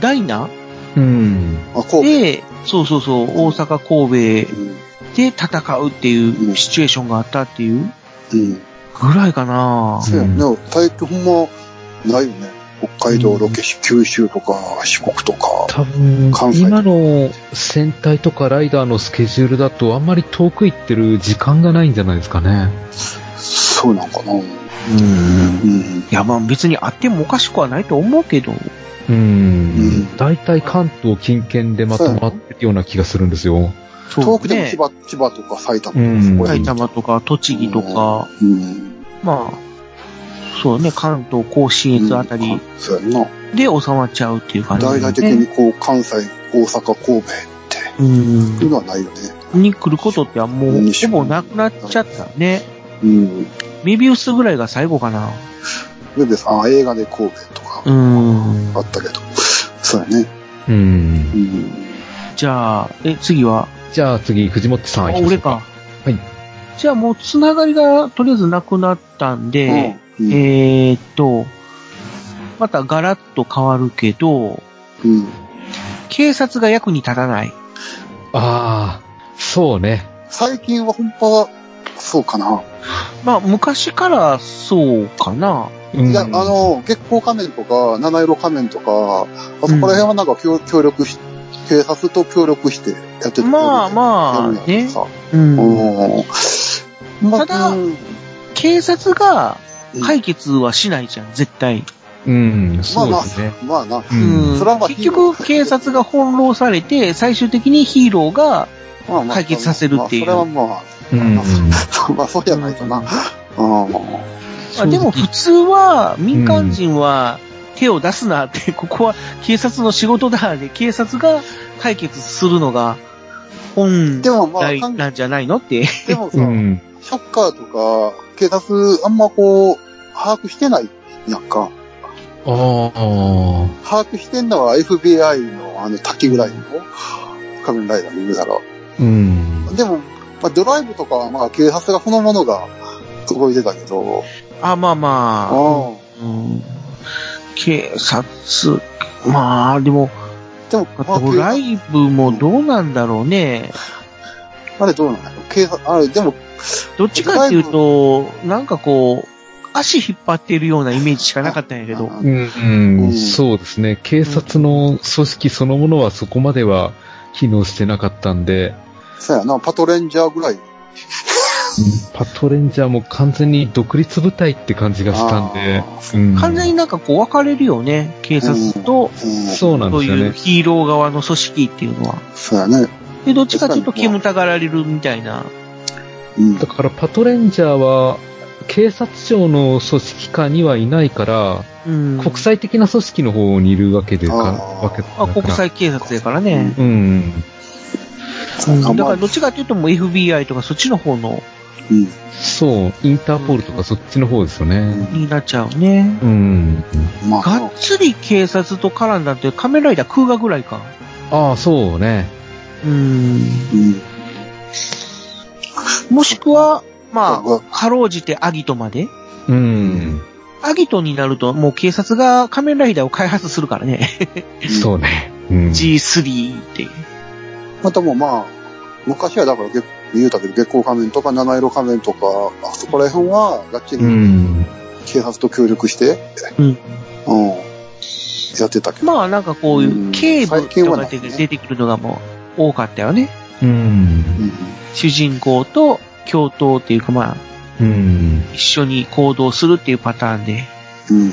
S5: ダイナ
S4: うん。
S2: あ、神戸。
S5: で、そうそうそう、大阪、神戸
S2: うん
S5: で戦うっていううんシチュエーションがあったっていう
S2: うん。
S5: ぐらいかな。
S2: そうやね。最近ほんま、ないよね。北海道ロケ、九州とか、四国とか。
S4: 多分
S2: 関、西
S4: 今の戦隊とかライダーのスケジュールだと、あんまり遠く行ってる時間がないんじゃないですかね。
S2: そうなんかな。
S4: うん。
S2: うん。
S5: いや、まあ別にあってもおかしくはないと思うけど。
S4: う
S2: うん
S4: ん。大体関東近県でまとまってるような気がするんですよ。
S5: そう
S2: 遠くでも
S5: ね
S2: 千葉、千葉とか埼玉
S4: うん
S2: とか、そこや
S5: 埼玉とか栃木とか、
S2: うん。
S5: まあ、そうね、関東甲信越あたり
S2: そうやんな。
S5: で収まっちゃうっていう感じ、ね。
S2: 大々的にこう、関西、大阪、神戸って、
S5: うん
S2: いうのはないよね。
S5: に来ることってはもう、ほぼなくなっちゃったね。
S2: うん。
S5: メビウスぐらいが最後かな。
S2: ルベさん、あ映画で神戸とか
S5: うーん
S2: あ。ったけど、そうやね。
S4: うん
S2: う。ん。
S5: じゃあ、え、次は、
S4: じゃあ次、藤本さん行
S5: あ
S4: きましょ
S5: 俺
S4: うか。
S5: か。
S4: はい。
S5: じゃあもう、つながりがとりあえずなくなったんで、
S2: うんうん
S5: えーっと、またガラッと変わるけど、
S2: うん。
S5: 警察が役に立たない。
S4: ああ、そうね。
S2: 最近は本場は、そうかな。
S5: まあ、昔からそうかな。
S4: うん
S2: いや、あ、の、月光仮面とか、七色仮面とか、あそこら辺はなんか協協力し、警察と協力してやってる
S5: まあまあ
S2: やるんやけどさ
S5: うん。
S2: うん。まあ
S5: ただ
S2: うん
S5: 警察が解決はしないじゃん、絶対。
S4: うん、
S2: まあ
S4: そう
S2: ま
S4: ですね。
S2: あ、まあな。
S4: う
S5: うん
S4: ん。
S2: それはまあ
S5: 結局、警察が翻弄されて、最終的にヒーローが、
S2: まあまあ
S5: 解決させるっていう
S2: まあそれはまあ、
S4: うん。
S2: まあそうじゃないかな。う
S5: あでも普通は民間人は手を出すなって、 ここは警察の仕事だで、警察が解決するのが本
S2: ん。でもまあ、
S5: 来
S2: かん
S5: なんじゃないのって。
S2: でもさ、
S4: うん。
S2: ショッカーとか、警察あんまこう、把握してないやんか。
S4: ああ、
S2: 把握してんのは FBI のあの滝ぐらいの仮面ライダーの上だろ。
S4: うん。
S2: でも、まあ、ドライブとかはまあ警察がそのものが動いてたけど、
S5: あ、まあまあ、
S2: うん
S5: うん警察、まあでも、
S2: でも、まあ、
S5: ドライブもどうなんだろうね。
S2: あれどうなの警察、あれでも、
S5: どっちかっていうと、なんかこう、足引っ張ってるようなイメージしかなかったんやけど。
S4: う
S2: うん
S4: ん、そうですね。警察の組織そのものはそこまでは機能してなかったんで、
S2: そうやな、パトレンジャーぐらい。
S4: パトレンジャーも完全に独立部隊って感じがしたんで
S2: あ、
S4: うん
S5: 完全になんかこう分かれるよね。警察と、
S2: うん、そう
S4: そうなん
S5: そ
S4: で
S5: う
S4: すよ
S5: いう
S4: ね。
S5: ヒーロー側の組織っていうのは。
S2: やね。
S5: で、どっちかっていうと煙たがられるみたいな。
S2: うん
S4: だ。からパトレンジャーは警察庁の組織下にはいないから、
S5: うん。
S4: 国。際的な組織の方にいるわけでか、
S2: あー
S4: わけだか
S5: あ、
S4: ら
S5: 国。際警察やからね。
S4: うん。
S5: うん
S2: あ
S5: だ
S2: ま
S5: か
S2: あ
S5: らどっちかっていうともう FBI とかそっちの方の、
S2: うん
S4: そう、インターポールとかそっちの方ですよね。
S5: になっちゃうね。
S4: うん。
S2: まあ、
S5: がっつり警察と絡んだってカメライダー空画ぐらいか。
S4: ああ、そうね。
S5: うん。
S2: うん。
S5: もしくは、ま
S2: 空
S5: あ、かろうじてアギトまで。
S4: うん。
S5: アギトになると、もう警察が仮面ライダーを開発するからね。
S4: そうね。うん。
S5: G3 って。
S2: またもうまあ、昔はだから月言うたけど、月光仮面とか七色仮面とか、あそこら辺は、がっち
S4: う
S2: り
S4: ん。
S2: 警察と協力して、
S5: うん。
S2: うん、やってたけど。
S5: まあなんかこういううん警部
S2: 最近
S5: と
S2: は
S5: か
S2: ない
S5: で
S2: ね
S5: 出てくるのがもう多かったよね。
S4: うん。
S2: うん
S5: 主人公と共闘っていうかまあ
S4: うん。
S5: 一緒に行動するっていうパターンで。
S2: うん。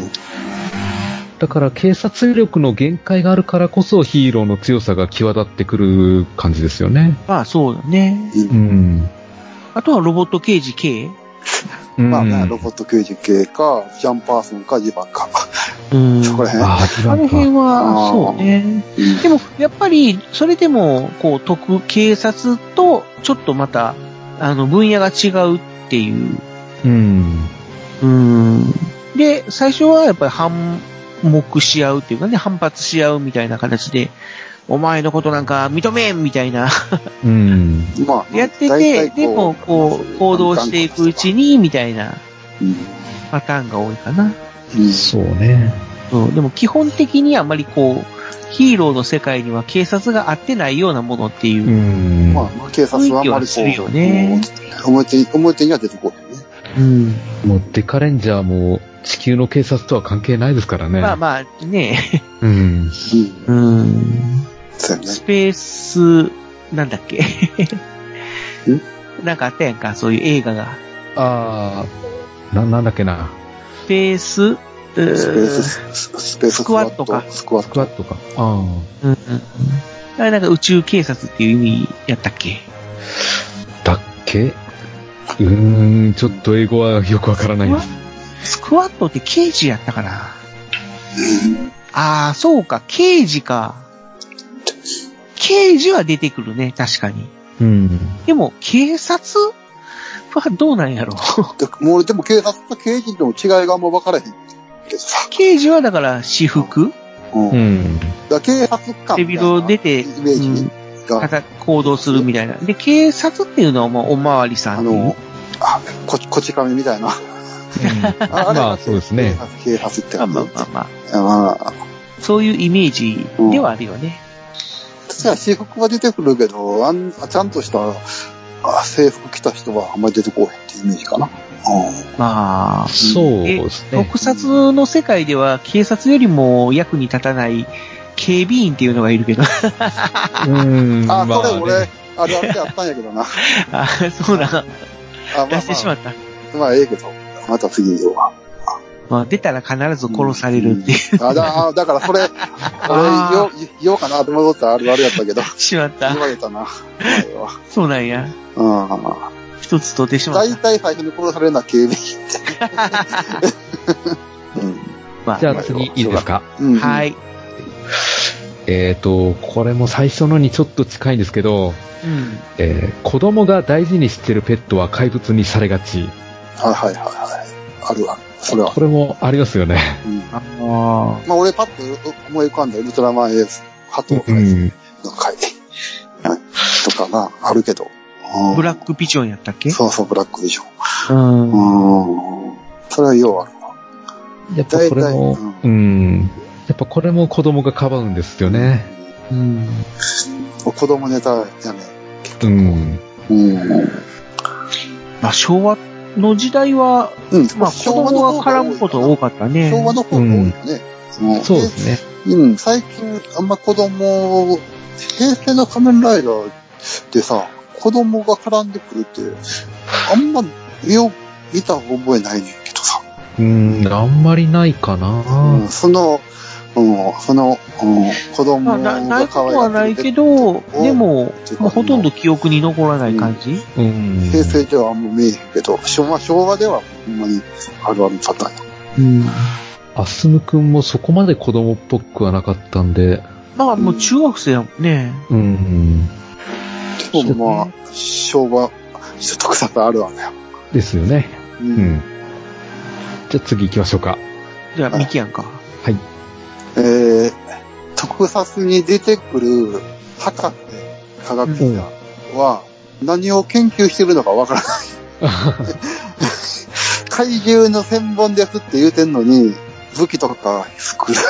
S4: だから警察力の限界があるからこそヒーローの強さが際立ってくる感じですよね。
S5: まあそうだね。
S2: うん
S4: うん。
S5: あとはロボット刑事 K?
S2: まあね、
S4: うん
S2: ロボット90系か、ジャンパーソンか、ジバンか。
S5: うん。
S2: そこら辺。
S4: あー、
S5: あの辺
S4: は。
S5: は、
S2: あー
S5: そうね。
S2: うん
S5: でも、やっぱり、それでも、こう、特、警察と、ちょっとまた、あの、分野が違うっていう。
S4: うん。
S5: うん。で、最初はやっぱり反目し合うっていうかね、反発し合うみたいな形で、お前のことなんか認めんみたいな、
S4: うん。
S2: まあ、
S5: やって
S2: 大体
S5: て、でも、こう、行動していくうち。に、みたいな
S2: うん
S5: パターンが多いかな。
S2: うん
S4: そうね。
S5: うん、でも基本的にあまりこう、ヒーローの世界には警察が合ってないようなものっていう
S4: う。ん。
S2: まあ、まあ警察はあんまり
S5: 雰囲気はする
S2: こ
S5: よ
S2: う、
S5: ね
S2: 表に、表には出てこないね。
S5: うん
S4: もうデカレンジャーも地球の警察とは関係ないですからね。
S5: まあまあね、
S4: うん。
S2: うん。
S5: うん、
S2: そうやね
S5: ス。ペース、なんだっけなんかあったやんか、そういう映画が。
S4: ああ、な、なんだっけな。
S5: スペース、うー
S2: スペース、ススペース
S5: スクワットか
S2: スクワ
S4: ス
S2: ッ
S4: ク
S2: ト。
S4: ワットか。あ
S5: うんうんうんあれなんか宇宙警察っていう意味やったっけ
S4: あ。だっけうーん、ちょっと英語はよくわからないです。
S5: スクワットって刑事やったかなああ、そうか、刑事か。刑事は出てくるね、確かに。
S4: うん。
S5: でも、警察はどうなん やろ
S2: でもう、でも警察と刑事との違いがあんま分からへんけどさ。
S5: 刑事はだから私服
S2: うん。
S4: う
S2: だか
S4: ん。
S2: ら警察官
S5: テ
S2: み
S5: ビ
S2: たいな
S5: ロ出て、
S2: イメー
S5: うん
S2: ジが、
S5: ただ行動するみたいな。で、警察っていうのはもうおまわりさん
S2: あ
S5: っていう
S2: の、あ、こ、こち亀みたいな。 あ
S4: まあそうですね。
S2: 警察警察って
S5: ま
S2: 感
S5: あ
S2: じ。
S5: まあまあまあ、
S2: まあ、
S5: そういうイメージではあるよね。
S2: 確かに制服は出てくるけど、あんちゃんとしたあ制服着た人はあんまり出てこないっていうイメージかな。う
S5: まあ、
S4: そうですね。
S5: 特撮の世界では警察よりも役に立たない警備員っていうのがいるけど。
S4: うん。
S2: ん、あ、それ俺、
S4: ね
S2: あれあれやったんやけ どな。
S5: あそうなん。
S2: あ
S5: 出してしま
S2: っ
S5: った。
S2: た。まあ、ええけど、また次には。
S5: まあ、出たら必ず殺されるっていう。
S2: うんあだあだから それ、俺よ、言おうかなと思ったらあれあれやったけど、
S5: しまった
S2: 言。われたな。前は
S5: そうなんや。
S2: うん
S5: 一つと出てしまっ
S2: 大
S5: た。
S2: 体最初に殺されるのは警備員っ て。
S5: まあ
S4: じゃあ次いいですか
S2: うんうん
S5: は。い。
S4: えっ、と、これも最初のにちょっと近いんですけど、
S5: うん。
S4: えー子供が大事にしてるペットは怪物にされがち。
S2: はいはいはいはい。あるわ。それは
S4: こ。れもありますよね。
S2: うん
S5: あの
S2: まあ、俺パッと思い浮かんだウルトラマンエース、ハトの
S4: う
S2: 会
S4: ん。
S2: の会とかがあるけど。うん
S5: ブラックビジョンやったっけ
S2: そうそう、ブラックでしょ。
S5: うん。
S2: うん。それはようあるわ。
S4: やっぱこれも
S2: 大体、
S4: うん。やっぱこれも子供がかばうんですよね。
S5: うん。
S2: 子供ネタやね。
S4: うん。
S2: うん。
S5: まあ、昭和の時代は、
S2: うん。
S5: まあ、子供が絡むことが多かったね。
S2: 昭和の方が多いよね。ん
S4: そうですね。
S2: うん、最近、あんま子供、平成の仮面ライダーでさ、子供が絡んでくるって、あんま見よ、見た覚えないねんけどさ。
S4: うん、あんまりないか
S2: うん、
S4: な。
S2: その、うん、その、うん、子供
S5: まあ、
S2: が
S5: なないこ
S2: 可
S5: と
S2: 愛
S5: は
S2: が
S5: な
S2: ってるペ
S5: いけ
S2: ット
S5: ど
S2: を、
S5: でも
S2: っていう、か
S5: まあ、ほとんど記憶に残らない感じ。
S4: うん。
S2: 平成ではあんま見えへんけど、昭和、昭和ではほんまにあるあるパターンや。
S5: うん。
S4: アスムくんもそこまで子供っぽくはなかったんで、
S5: まあ、もう中学生やもんね。
S4: うん。
S2: でもまあ、昭和、ちょっと臭くあるわね。
S4: ですよね。
S2: う。
S4: うんん。じゃあ次行きましょうか。
S5: じゃあ、ミキやんか。
S4: はい。
S2: えー、特撮に出てくる博士、科学者 は、何を研究してるのかわからない。怪獣の千本ですって言うてんのに、武器とか少ない。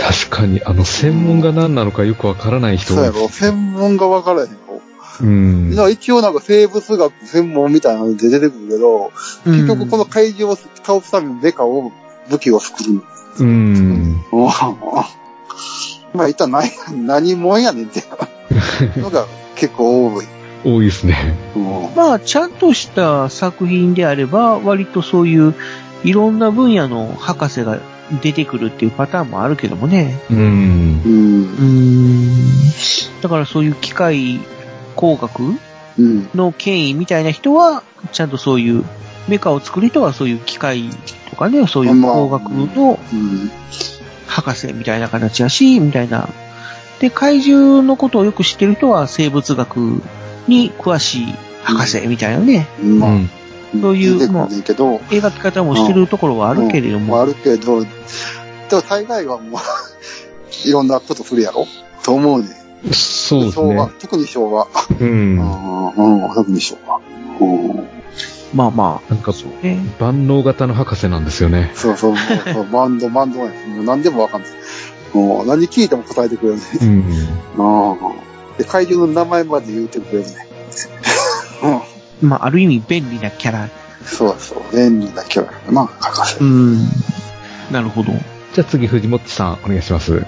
S4: 確かに、あの、専門が何なのかよくわからない人
S2: そう
S4: 多い
S2: やろ。専門が分からへんよ。
S4: うん。
S2: なんか一応なんか生物学専門みたいなので出てくるけど、結局この怪獣を倒すためのメカを、武器を作るの。
S4: うん。
S2: うんまあ一体何、何もんやねんっていうのが結構多い。
S4: 多いですね。
S2: うん
S5: まあ、ちゃんとした作品であれば、割とそういう、いろんな分野の博士が出てくるっていうパターンもあるけどもね。
S4: うん。
S2: うん
S5: う。ーん。だからそういう機械工学
S2: うん。
S5: の権威みたいな人は、ちゃんとそういう、メカを作る人はそういう機械とかね、そういう工学の
S2: うん。
S5: 博士みたいな形やし、みたいな。で、怪獣のことをよく知ってる人は生物学に詳しい博士みたいなね、
S2: うんまあ、
S5: そういう
S2: 出てくるねんけど、
S5: 描き方もしてるところはあるけれど
S2: うん
S5: も、
S2: あるけれど、でも大概はもう 、いろんなことするやろと思うねん。
S4: うんそうです
S2: 昭和
S4: ね。
S2: 特に昭和。
S4: うん。な
S2: うん、うん、特に昭和。うん
S5: まあま
S4: んか、
S5: あ、ね。
S4: 万能型の博士なんですよね。
S2: そうそう、もうそうバンド、バンドやもう何でもわかんない。もう何聞いても答えてくれるね。
S4: うん。
S2: うん。で、怪獣の名前まで言うてくれるね。う
S5: まあ、ある意味便利なキャラ。
S2: ん。そうそう、便利なキャラやな、書かせ
S5: う。ん。なるほど。
S4: じゃあ次、藤本さん、お願いします。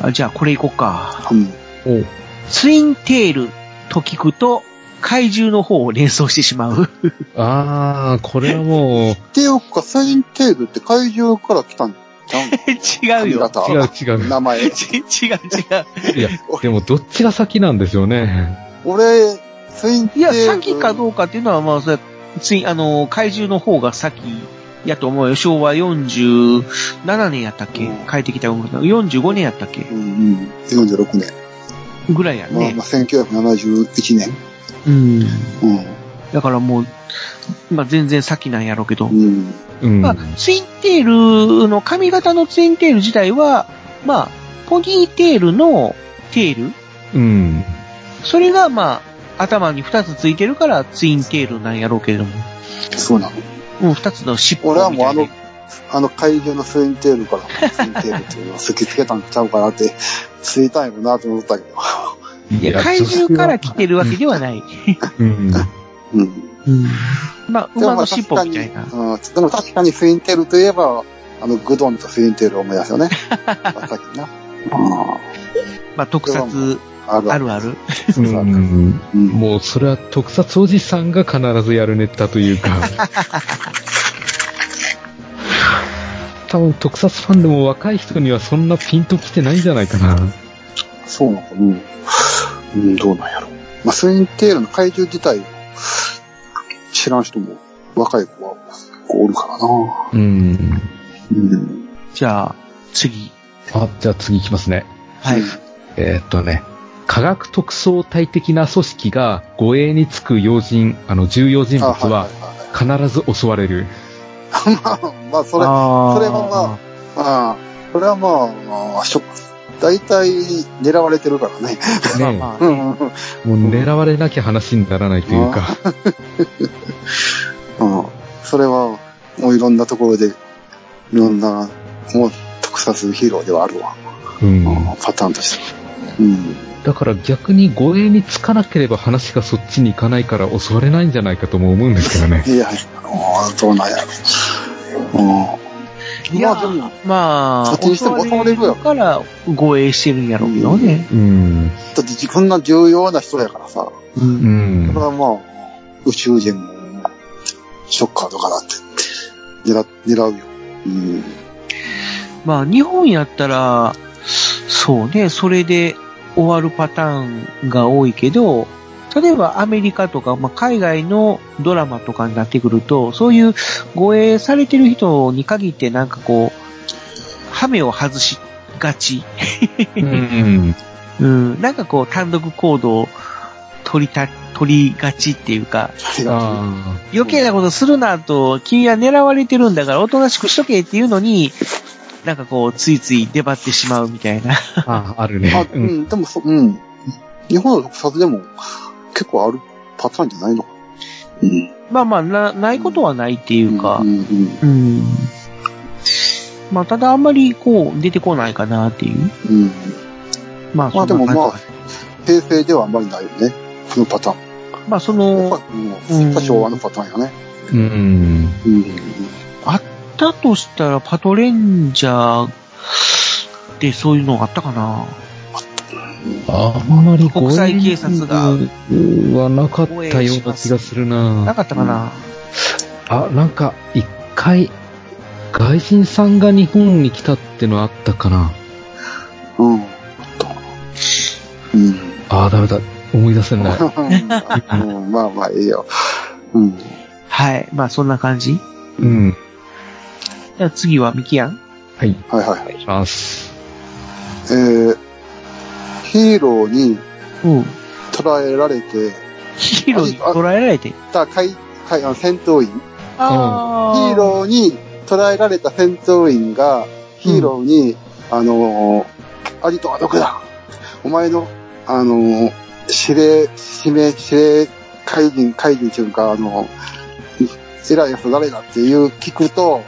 S5: あじゃあ、これいこうか。
S2: うん。
S4: お
S5: ツインテールと聞くと、怪獣の方を連想してしまう。
S4: あー、これはもう、
S2: ていうか、サインテールって怪獣から来たんちゃうん
S5: 違
S2: 髪
S5: うよ。
S2: 型
S4: 違う違う。
S2: 名前。
S5: ち違う違う。
S4: いや、でもどっちが先なんですよね。
S2: 俺、ツインテ
S5: い
S2: ー
S5: や、
S2: ル。
S5: 先かどうかっていうのは、まあ、それつい、あの、怪獣の方が先やと思うよ。昭和47年やったっけ
S2: うん
S5: 変えてきた音楽。45年やったっけ
S2: うんうん。46年。
S5: ぐらいや
S2: まあ、
S5: ね
S2: まあ、。1971年。
S5: うん。
S2: う
S5: だからもう、まあ、全然先なんやろうけど。
S2: ん。うん。
S4: うん。
S5: まあ、ツインテールの、髪型のツインテール自体は、まあ、ポニーテールのテール
S4: うん。
S5: それが、まあ、頭に二つついてるからツインテールなんやろうけれども。
S2: そうなの。
S5: うん、二つの尻尾
S2: 俺
S5: みた
S2: はい
S5: な。
S2: もうあの、あの怪獣のツインテールから、ツインテールっていうのを突きつけたんちゃうかなって、ついたんやろなと思ったけど。
S4: い
S5: いや、怪獣から来てるわけではない。
S4: うん。
S2: うん。
S5: うん。まあ、
S2: でも
S5: 馬
S2: ま
S5: の
S2: あ
S5: 尻
S2: 確か
S5: 尾み
S2: に、
S5: たいな。
S2: うん、でも確かにツインテールといえば、あの、グドンとツインテールを思い出 すよね。まさきな。あ
S5: まあ、特撮
S2: あ、ある
S5: あ
S2: ある。
S5: るある。
S4: うん
S2: うん。
S4: もう、それは特撮おじさんが必ずやるネタという か。多分特撮ファンでも若い人にはそんなピンときてないんじゃないかな。
S2: そうなのかな。うん、どうなんやろ。まあ、ツインテールの怪獣自体、知らん人も、若い子は結構おるからな。
S4: うん。
S2: うん。
S5: じゃあ、次。
S4: あ、じゃあ次行きますね。
S5: はい。
S4: えーっとね、科学特捜隊的な組織が護衛につく要人、あの、重要人物
S2: あ
S4: は必ず襲われる。
S2: いはい はいまあ、まあ、それ、
S5: あー
S2: それはああ、これはまあ、まあ、しょ、大体狙われてるからね。
S4: ねえ
S5: まあ
S2: うんうんうん。
S4: もう狙われなきゃ話にならないというか。
S2: うん。それは、もういろんなところで、いろんな、もう特撮ヒーローではあるわ。
S4: うん。
S2: うんパターンとして。うん。
S4: だから逆に護衛につかなければ話がそっちに行かないから襲われないんじゃないかとも思うんですけど ね。
S2: いや、ああどうなんやろ。うん。
S5: いや
S2: まあでも、
S5: まあ、
S2: 勝手にしても襲われるよ
S5: から護衛してるんやろうけどね。
S4: うん。
S2: だって自分が重要な人やからさ。
S5: う。
S4: うんん
S2: それ。はまあ、宇宙人も、ショッカーとかだって、狙、狙うよ。うん。
S5: まあ、日本やったら、そうね、それで終わるパターンが多いけど、例えばアメリカとか、まあ、海外のドラマとかになってくると、そういう護衛されてる人に限ってなんかこう、ハメを外しがち。
S4: うん。
S5: うん、なんかこう単独行動を取りた、取りがちっていうか、
S4: あ
S5: 余計なことするなと、君は狙われてるんだからおとなしくしとけっていうのに、なんかこう、ついつい出張ってしまうみたいな。
S4: ーあー、ある
S2: あ
S4: ね、。
S2: う
S4: うん
S2: ん、でもそ、うん。日本の特撮でも結構あるパターンじゃないのか。うん。
S5: まあまあ、な、ないことはないっていうか
S2: う、んうん
S5: うん。まあ、ただあんまりこう、出てこないかなっていう。
S2: うん。うん
S5: まあ、
S2: まあで
S5: そん
S2: も
S5: な感
S2: まあ、平成ではあんまりないよね。そのパターン。
S5: じまあ、そ
S2: やっ
S5: の、
S2: ぱうんやっぱ昭和のパターンよね。
S4: うん。
S2: うん。
S5: あったとしたら、パトレンジャーでそういうのがあったかな。
S4: あんまり
S5: 国際警察が
S4: ご縁はなかったような気がするな
S5: なかったかな。
S4: あ、なんか、一回、外人さんが日本に来たってのあったかな。
S2: うん。あったうん。
S4: あー、ダメだ。思い出せ ない。
S2: うんまあまあ、ええよ。うん。
S5: はい。まあ、そんな感じ。
S4: うん。
S5: じゃあ次はミキヤン。
S4: はい。
S2: はいはいはい。
S4: します。
S2: えー、ヒーローに
S5: うん。
S2: 捕らえられて
S5: ヒーローに捕らえられて。
S2: た海、海、あの戦闘員。ヒ
S5: あ
S2: ー
S5: ー。
S2: ローに捕らえられた戦闘員が、ヒーローに、あのー、アジトはどこだお前の、あのー、指令、指名、指令、海人、海人っていうか、あのー、偉いやつ誰だっていう聞くと、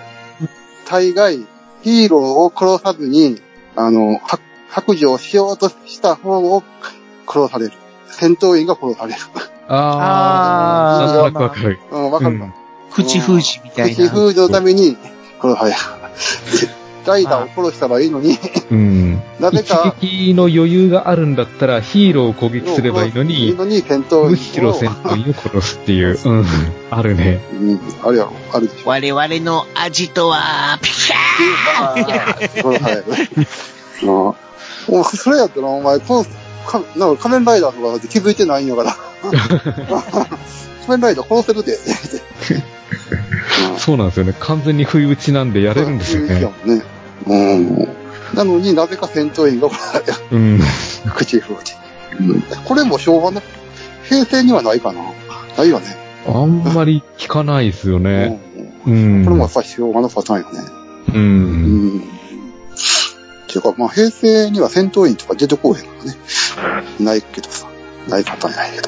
S2: 大概、ヒーローを殺さずに、あのー、は白状しようとした方を殺される。戦闘員が殺される。
S4: あー、
S5: あー
S4: なんとなくわかる。
S2: うん、わかるか、
S4: うん
S5: 口封じみたい
S2: 口
S5: な。
S2: 封じのために、この、はい。 ライダーを殺したらいいのに、
S4: うん。
S2: なぜ
S4: 一
S2: か、
S4: 撃の余裕があるんだったらヒーローを攻撃すればいいの
S2: いい
S4: に、
S2: のに戦闘員を
S4: むしろ戦闘員を殺すっていう。うん。あるね。
S2: うん、あるやろ、あるでしょ。
S5: 我々のアジトは、ピシャ
S2: この、 はい。うんもう、それやったら、お前、この、かなんか仮面ライダーとかだって気づいてないんやから。仮面ライダー殺せ るで、
S4: そうなんですよね。完全に不意打ちなんでやれるんですよ
S2: そういう意
S4: ね。
S2: 見もね。うん。なのになぜか戦闘員が
S4: うん。
S2: 口封じ。うん。これも昭和の、平成にはないかな。ないよね。
S4: あんまり聞かないですよね。
S2: うん
S4: うん。
S2: これもやっぱり昭和のパターンよね。
S4: う。
S2: うんん。っていうか、まあ平成には戦闘員とか出てこうへんからね。ないけどさ。ないパターンや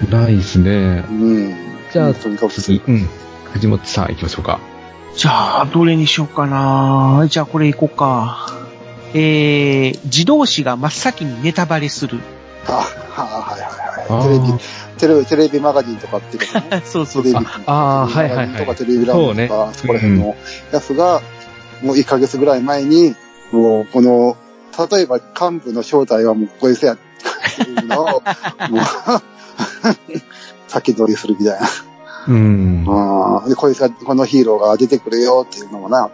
S2: けど。
S4: ないですね。
S2: うん。
S4: じゃあ
S2: とにかく
S4: 次、うん。藤本さん行きましょうか。
S5: じゃあ、どれにしようかな。じゃあ、これいこうか。えー、児童誌が真っ先にネタバレする。。
S2: あ、ははいはい
S4: あ
S2: は
S4: ー
S2: い。テレビ、テレビ、テレビマガジンとかっていうかね
S5: そうそ
S2: テ
S5: うそ
S2: レ
S5: う
S2: ビ。
S4: ああー、はいはい
S2: と
S4: は
S2: か
S4: い。
S2: テレビラボとか、そこら辺のやつが、もう1ヶ月ぐらい前に、もうこの、例えば幹部の正体はもうこいつや、っていう のを、もう、先取りするみたいな。
S4: うん。
S2: うんで、こいつが、このヒーローが出てくるよっていうのもな、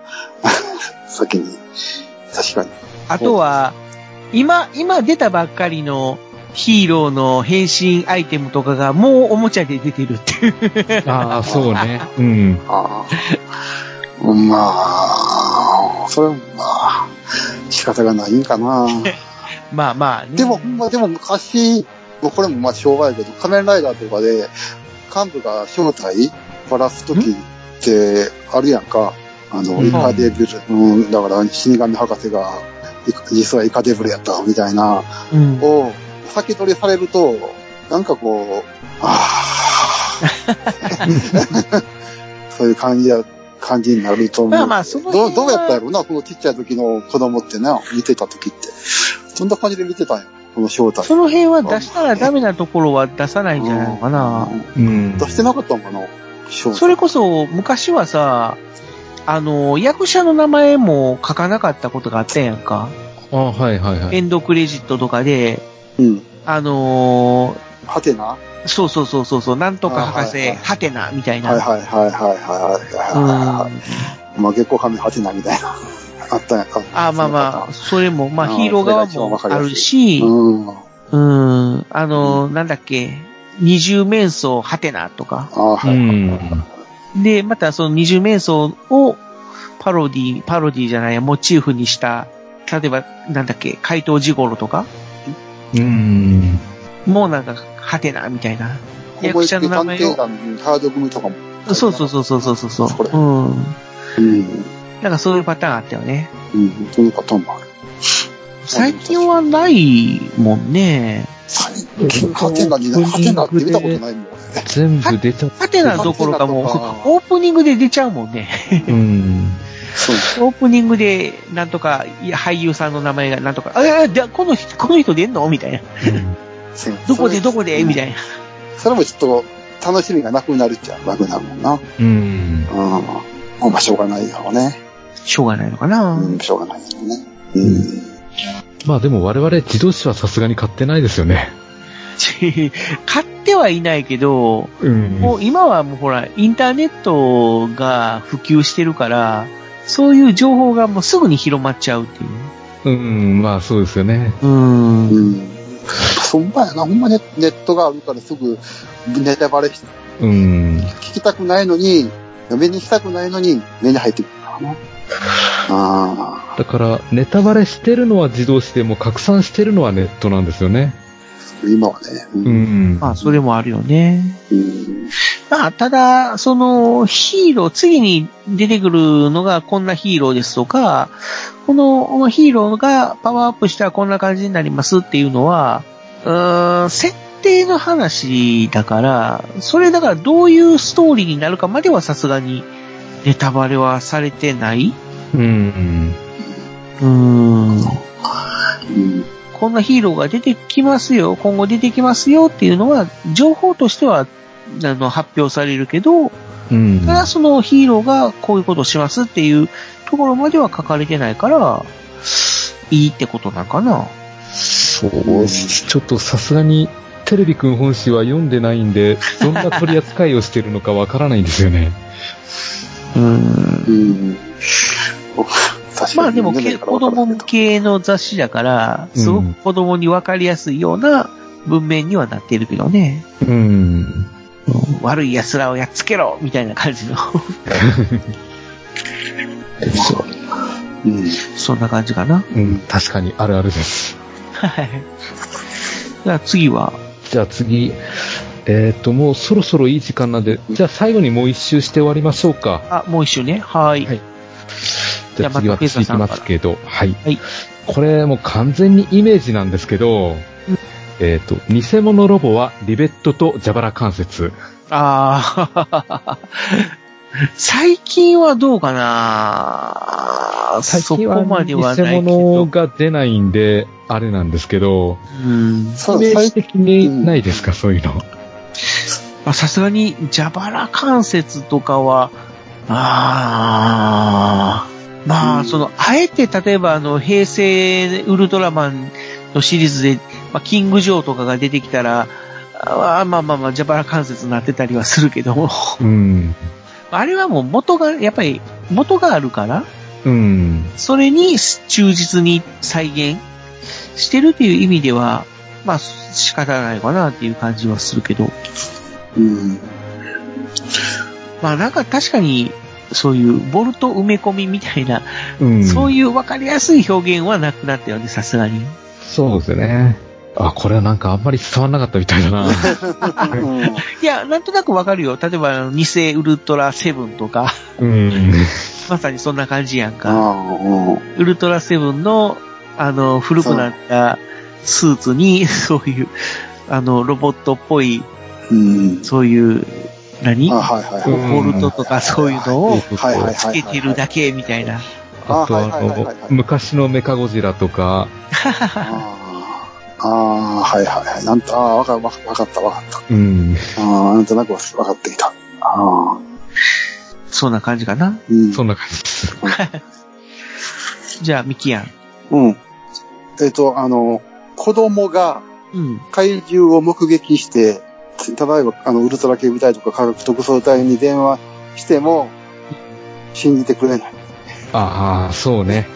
S2: 先に。確かに。
S5: あとは、今、今出たばっかりのヒーローの変身アイテムとかがもうおもちゃで出てるっていう。
S4: ああ、そうね。うん。
S2: ああ。まあ、それもまあ、仕方がないんかな。
S5: まあまあね。
S2: でも、ほんま、でも昔、もうこれもまあ昭和やけど、仮面ライダーとかで、幹部が正体ばらすときってあるやんか。あの、
S4: うん
S2: イカデブル、うん、だから死神博士が、い実はイカデブルやったみたいな、
S5: うん、
S2: を先取りされると、なんかこう、あ あ、そういう感じや、感じになると思う。
S5: まあまあその辺
S2: どう、ど
S5: は
S2: うやったやろうな、このちっちゃい時の子供ってな、見てた時って。そんな感じで見てたんよ、この正体。
S5: その辺は出したらダメなところは出さないんじゃないのかな。
S4: うん。
S2: 出してなかったんかな、正体。
S5: それこそ、昔はさ、あの、役者の名前も書かなかったことがあったやんか。
S4: ああ、はいはいは
S5: エ
S4: い。
S5: ンドクレジットとかで、
S2: うん。
S5: あのー
S2: はてなは
S5: そうそうそうそうそう、なんとか博
S2: あはい
S5: 士、
S2: はい
S5: ハテナみたい
S2: いはい
S5: な。
S2: はいはいはいはいは
S5: うん
S2: い。まあ月光仮面はてなみたいな。あったんやんか。
S5: あまあまあ、それも、まあ
S2: うん
S5: ヒーロー側もあるし、
S2: うん。あ
S5: うん、あの、なんだっけ、二重面相ハテナとか。
S2: あ、
S4: う
S2: はい。
S4: ん。
S5: で、またその二重面相をパロディ、パロディじゃないや、モチーフにした、例えば、なんだっけ、怪盗ジゴロとか、
S4: うん。
S5: もうなんか、ハテナみたいな。
S2: 思
S5: 役
S2: いつ
S5: 者
S2: き
S5: の
S2: 探
S5: 名前を
S2: 偵団、ハード組とかも。
S5: そうそうそうそうそうそう。
S2: これ
S5: うん。
S2: うん。
S5: なんかそういうパターンあったよね。
S2: うん、そういうパターンもある。
S5: 最近はないもんね。
S2: 最近、ハテナにな、ハテナって見たことないもん、俺。
S4: 全部出ちゃっ
S5: ハテナどころかもう
S2: ハテナとか、
S5: オープニングで出ちゃうもんね。
S4: て。うん。
S2: そう
S5: オープニングで、なんとか、いや俳優さんの名前がなんとか、あ、じゃあこの人、この人出んのみたいな。
S2: ですね。
S5: どこでどこでみ
S2: い
S5: たいな。
S2: な。それもちょっと、楽しみがなくなるっちゃなくなるもんな。
S4: うん。うん。
S2: うん。もうまあしょうがないだろうね。
S5: しょうがないのかな、
S2: うん、しょうがないだろうね。うん。
S4: まあでも我々自動車はさすがに買ってないですよね。
S5: 買ってはいないけど、
S4: うん。
S5: もう今はもうほら、インターネットが普及してるから、そういう情報がもうすぐに広まっちゃうっていう。
S4: うん、まあそうですよね。
S5: うーん。
S2: うん。そんまやな、ほんまネネットがあるからすぐネタバレし
S4: うん。
S2: 聞きたくないのに、目にしたくないのに、目に入ってくるからな。あ
S4: だから、ネタバレしてるのは自動して、もう拡散してるのはネットなんですよね。
S2: あ、今はね。う。
S4: うんん。
S5: まあ、それもあるよね。
S2: うん。
S5: まあ、ただ、その、ヒーロー、次に出てくるのがこんなヒーローですとか、このこのヒーローがパワーアップしたらこんな感じになりますっていうのは、うーん、設定の話だから、それだからどういうストーリーになるかまではさすがにネタバレはされてない
S4: うん。
S5: うーん。
S2: うん。
S5: こんなヒーローが出てきますよ、今後出てきますよっていうのは、情報としては、あの、発表されるけど、
S4: うん。
S5: ただそのヒーローがこういうことをしますっていうところまでは書かれてないから、いいってことなんかな。
S4: そう。ちょっとさすがに、テレビくん本誌は読んでないん で、どんな取り扱いをしてるのかわからないんですよね。
S5: うーん。
S2: うん。確かに
S5: まあでも、
S2: 読んない
S5: け
S2: から
S5: 子
S2: わから
S5: 供
S2: んけ
S5: 向
S2: ど
S5: けの雑誌だから、
S4: うん
S5: すごく子供にわかりやすいような文面にはなってるけどね。
S4: うん。
S5: 悪い奴らをやっつけろみたいな感じの、
S2: うん。
S5: そんな感じかな。
S4: うん、確かにあるあるです。
S5: はい。じゃあ次は、
S4: じゃあ次、えっ、と、もうそろそろいい時間なんで、じゃあ最後にもう一周して終わりましょうか。
S5: あ、もう一周ね。はい。
S4: はいじゃあ次
S5: じゃあまたペー
S4: 私
S5: サー
S4: 行き
S5: さん
S4: ますけど、はい。
S5: はい
S4: これもう完全にイメージなんですけど、えっ、と、偽物ロボはリベットと蛇腹関節。
S5: ああ、 最近はどうかな
S4: 最
S5: そ
S4: 近
S5: こまでは
S4: は
S5: ない
S4: 偽
S5: け
S4: 物
S5: ど。
S4: が出ないんで、あれなんですけど、
S5: うん。ま
S2: そう
S4: イメー
S2: 最
S4: ジ
S2: 近、
S4: 的にないですか、そういうの。
S5: あさすがに、蛇腹関節とかは、ああ、ま
S2: う
S5: あ、
S2: ん
S5: その、あえて、例えば、あの、平成ウルトラマンのシリーズで、まあ、キングジョーとかが出てきたら、あーまあまあまあ、蛇腹関節になってたりはするけども、
S4: うん。
S5: あれはもう元が、やっぱり、元があるから、
S4: うん。
S5: それに忠実に再現してるっていう意味では、まあ仕方ないかなっていう感じはするけど、
S2: うん。
S5: まあなんか確かにそういうボルト埋め込みみたいな、
S4: うん。
S5: そういうわかりやすい表現はなくなったよね、さすがに。
S4: そうですよね。あ、これはなんかあんまり伝わんなかったみたいだ な。
S2: うん
S5: いや、なんとなくわかるよ。例えばあの、偽ウルトラセブンとか、
S4: うん。
S5: まさにそんな感じやんか。
S2: ああ、うん。
S5: ウルトラセブンの、あの、古くなったスーツに、 そういう、あの、ロボットっぽい、
S2: うん。
S5: そういう、何
S2: あはいはいはい。
S5: ボルトとかそういうのを
S2: はいはいはいはい。
S5: つけてるだけみたいな。
S4: あとあ
S2: あはいはいはいは
S4: の、
S2: い
S4: 昔のメカゴジラとか、
S2: ああ、ああはいはいはい。なんと、ああ、わかわかわかったわかった。
S4: うん。
S2: ああ、なんとなくわかってきた。ああ、
S5: そんな感じかな。
S2: うん。
S4: そんな感じです。
S5: じゃあ、ミキヤン。
S2: うん。えっと、あの、子供が
S5: うん。
S2: 怪獣を目撃して、例えば、あの、ウルトラ警備隊とか科学特捜隊に電話しても、信じてくれない。
S4: ああ、そうね。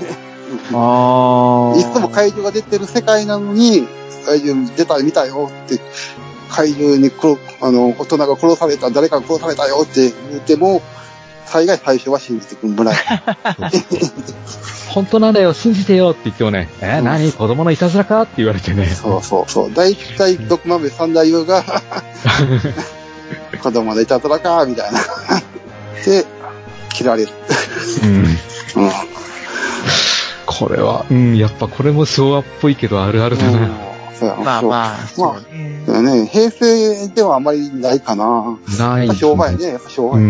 S5: あ
S2: いつも怪獣が出てる世界なのに、怪獣出たみたいよって、怪獣にこあの、大人が殺された、誰かが殺されたよって言っても、大概最初は信じてもらえない。
S4: 本当なんだよ、信じてよって言ってもね、え
S2: う
S4: ー、
S2: ん
S4: 何子供のいたずらかって言われてね。
S2: そうそうそう。大体、毒豆三大王が、 子供でいたずらか、みたいな。で、切られる。
S4: うん。
S2: うん。
S4: これは、うん、やっぱこれも昭和っぽいけどあるあるだな。
S2: うん
S5: まあ
S2: あ。
S5: まあ、
S2: ま
S5: そ
S2: あ
S5: うね。
S2: そうだね、平成ではあまりないかな。
S4: な
S2: や
S4: い
S2: っぱ。商売ね、やっぱ商
S4: う
S2: 売。
S4: ん。
S2: う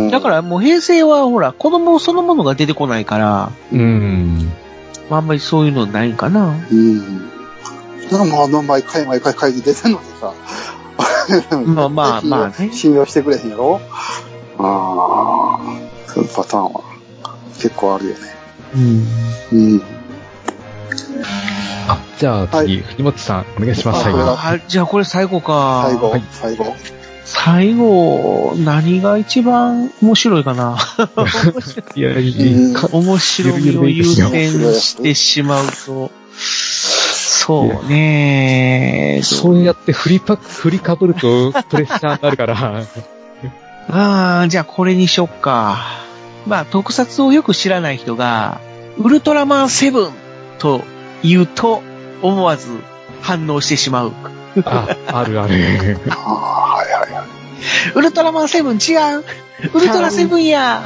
S2: ん
S5: だからもう平成はほら、子供そのものが出てこないから、
S4: うん。
S5: まああんまりそういうのないんかな。
S2: うん。なんかもう、毎回毎回会議出てんのに さ。
S5: まあまあ
S2: 信用
S5: まあね
S2: 信用してくれへんやろああ、そういうパターンは結構あるよね。
S5: うん。
S2: うん。
S4: あ、じゃあ次、藤本さん、お願いします、最後。
S5: あ、じゃあこれ最後か。
S2: 最後、
S4: はい
S2: 最後。
S5: 最後、何が一番面白いか な。
S4: いや、いいか
S5: 面白みを優先してしまうと、そうね。
S4: そうやって振りパ振りかぶるとプレッシャーになる から。
S5: あーじゃあこれにしよっか。まあ、特撮をよく知らない人が、ウルトラマンセブンと言うと、思わず反応してしまう。
S4: あ、あるある。
S2: ああ、はいはいはい。
S5: ウルトラマンセブン違うウルトラセブンや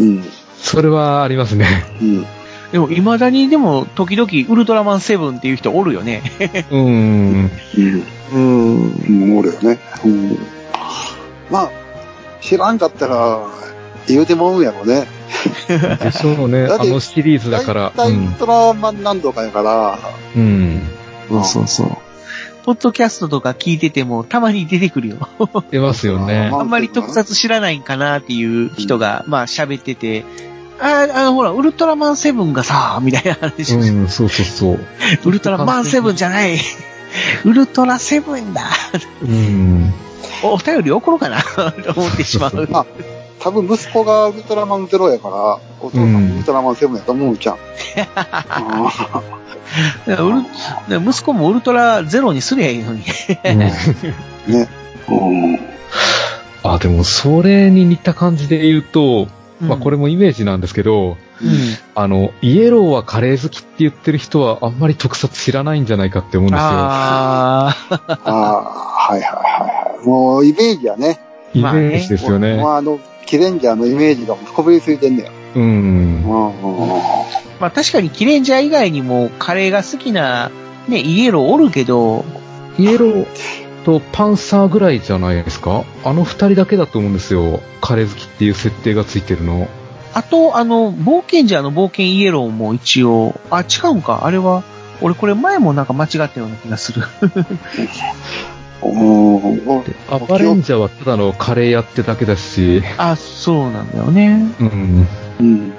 S2: うん。
S4: それはありますね。
S2: うん。
S5: でも、未だにでも、時々ウルトラマンセブンっていう人おるよね。
S4: うん。
S5: うん。
S2: うん。うん、俺よね。うん。まあ、知らんかったら、言うてもんやろね。
S4: でしょうね。
S2: だっ
S4: あ
S2: て
S4: のシリーズだから。う
S2: 大体ウ
S4: ん
S2: ル。トラマン何度かやから、
S4: うん。
S5: そうそうそう。ポッドキャストとか聞いてても、たまに出てくるよ。
S4: 出ますよね。
S5: あんまり特撮知らないんかなっていう人が、まあ喋ってて、あーあの、ほら、ウルトラマンセブンがさ、みたいな話、
S4: うん、そうそうそう。
S5: ウルトラマンセブンじゃない。ウルトラセブンだ。
S4: うん。
S5: おお便り送ろうかな、と思ってしま う。
S2: あ多分息子がウルトラマンゼロやから、お父さんもウルトラマンセブンやと思うじゃん。あ
S5: だからウルだから息子もウルトラゼロにすりゃいいのに。
S2: ーね。うん。
S4: あ、でも、それに似た感じで言うと、まあ、これ
S5: れ、
S4: もイメージなんですけど、あの、イエローはカレー好きって言ってる人は、あんまり特撮知らないんじゃないかって思うんですよ。
S5: ああ、
S2: ああー、はいはいはいはい。もうイメージやね。
S4: イメージですよね
S2: もう。あの、キレンジャーのイメージがもうこびりついてんだよ。
S4: うん
S2: う。んうんうん。
S5: まあ確かにキレンジャー以外にもカレーが好きな、ね、イエローおるけど、
S4: イエローとパンサーぐらいじゃないですかあの二人だけだと思うんですよ。カレー好きっていう設定がついてるの。
S5: あと、あの、冒険者の冒険イエローも一応、あ、違うんか、あれは、俺これ前もなんか間違ったような気がする。
S2: うんもう
S4: でアバレンジャーはただのカレー屋ってだけだし、
S5: あ、そうなんだよね。
S4: うん。
S2: うん。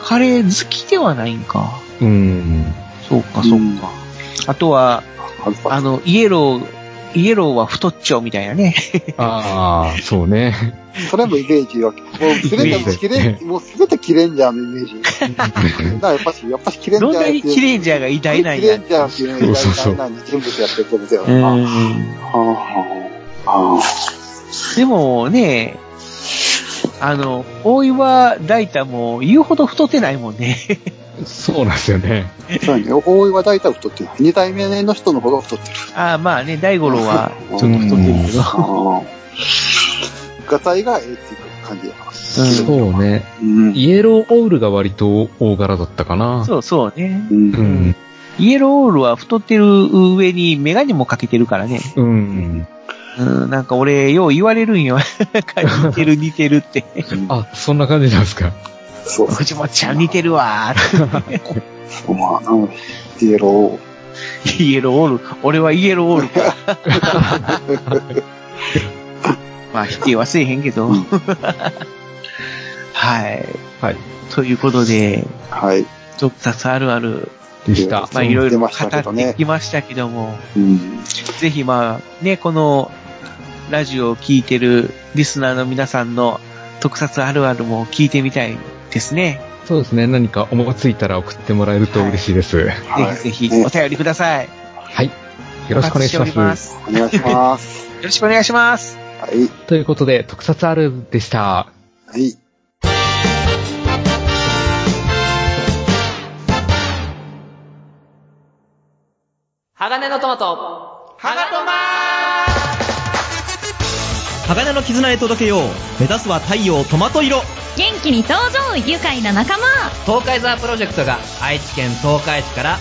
S5: カレー好きではないんか。
S4: うん。
S5: そうか、そうか。あとは、
S2: アルフ
S5: あ
S2: ァ。
S5: の、イエロー、イエローは太っちょみたいなね。
S4: ああ、そうね。
S2: それもイメージよ。もうすべてキレン、もうすべてキレンジャーのイメージ。だからやっぱし、やっぱしキレンジャ
S5: ど
S2: ー
S5: ん
S2: っ
S5: な
S2: てい
S5: に
S2: う
S5: キレンジャーが偉
S2: キ
S5: 大なん
S2: レ
S5: や
S2: ン。ジャーっていうのが偉大な人物やってることだよ
S5: う
S2: な。
S5: ん
S2: はあ、は
S5: でもね、あの、大岩大太も言うほど太ってないもんね。
S4: そうなんですよね。
S2: あ、そうやね。大岩大体太ってる。二代目の人のほど太ってる。
S5: ああ、まあね、大五郎は
S2: うん
S5: ちょっと太ってるけど。
S2: ああ。ガタイがええっていう感じやな。
S4: そうね。
S2: うん。
S4: イエローオールが割と大柄だったかな。
S5: そうそうね。
S2: う。
S4: うんん。
S5: イエローオールは太ってる上にメガネもかけてるからね。
S4: うん。
S5: うん、なんか俺、よう言われるんよ。なんか似てる似てるって。
S4: あ、そんな感じなんですか。
S2: そうそ
S5: 藤本ちゃん似てるわー
S2: う。まあ、うんイエロ
S5: って。イエローオール。俺はイエローオールか。 まあ、否定はせえへんけど。
S2: うん
S5: はい。
S4: はい。
S5: ということで、
S2: ー。はい。
S5: 特撮あるある、
S4: でした。
S5: まあ、いろいろ
S2: 出
S5: 語
S2: ましたけどね
S5: ってきましたけども。
S2: うん。
S5: ぜひまあ、ね、この、ラジオを聞いてるリスナーの皆さんの特撮あるあるも聞いてみたいですね。
S4: そうですね。何か思いついたら送ってもらえると嬉しいです。
S2: はい
S5: ぜひぜひ
S2: ね
S5: お便りください。
S4: はい。よろしくお願いし
S5: お待ちてお
S4: ま
S5: り
S4: す。
S5: ます。
S2: お願いします。
S5: よろしくお願いします。
S2: はい。
S4: ということで、特撮あるでした。
S2: はい。
S3: 鋼のトマト。ハガトマ
S7: 鋼の絆へ届けよう目指すは太陽トマト色
S8: 元気に登場愉快な仲間
S9: 東海ザープロジェクトが愛知県東海市から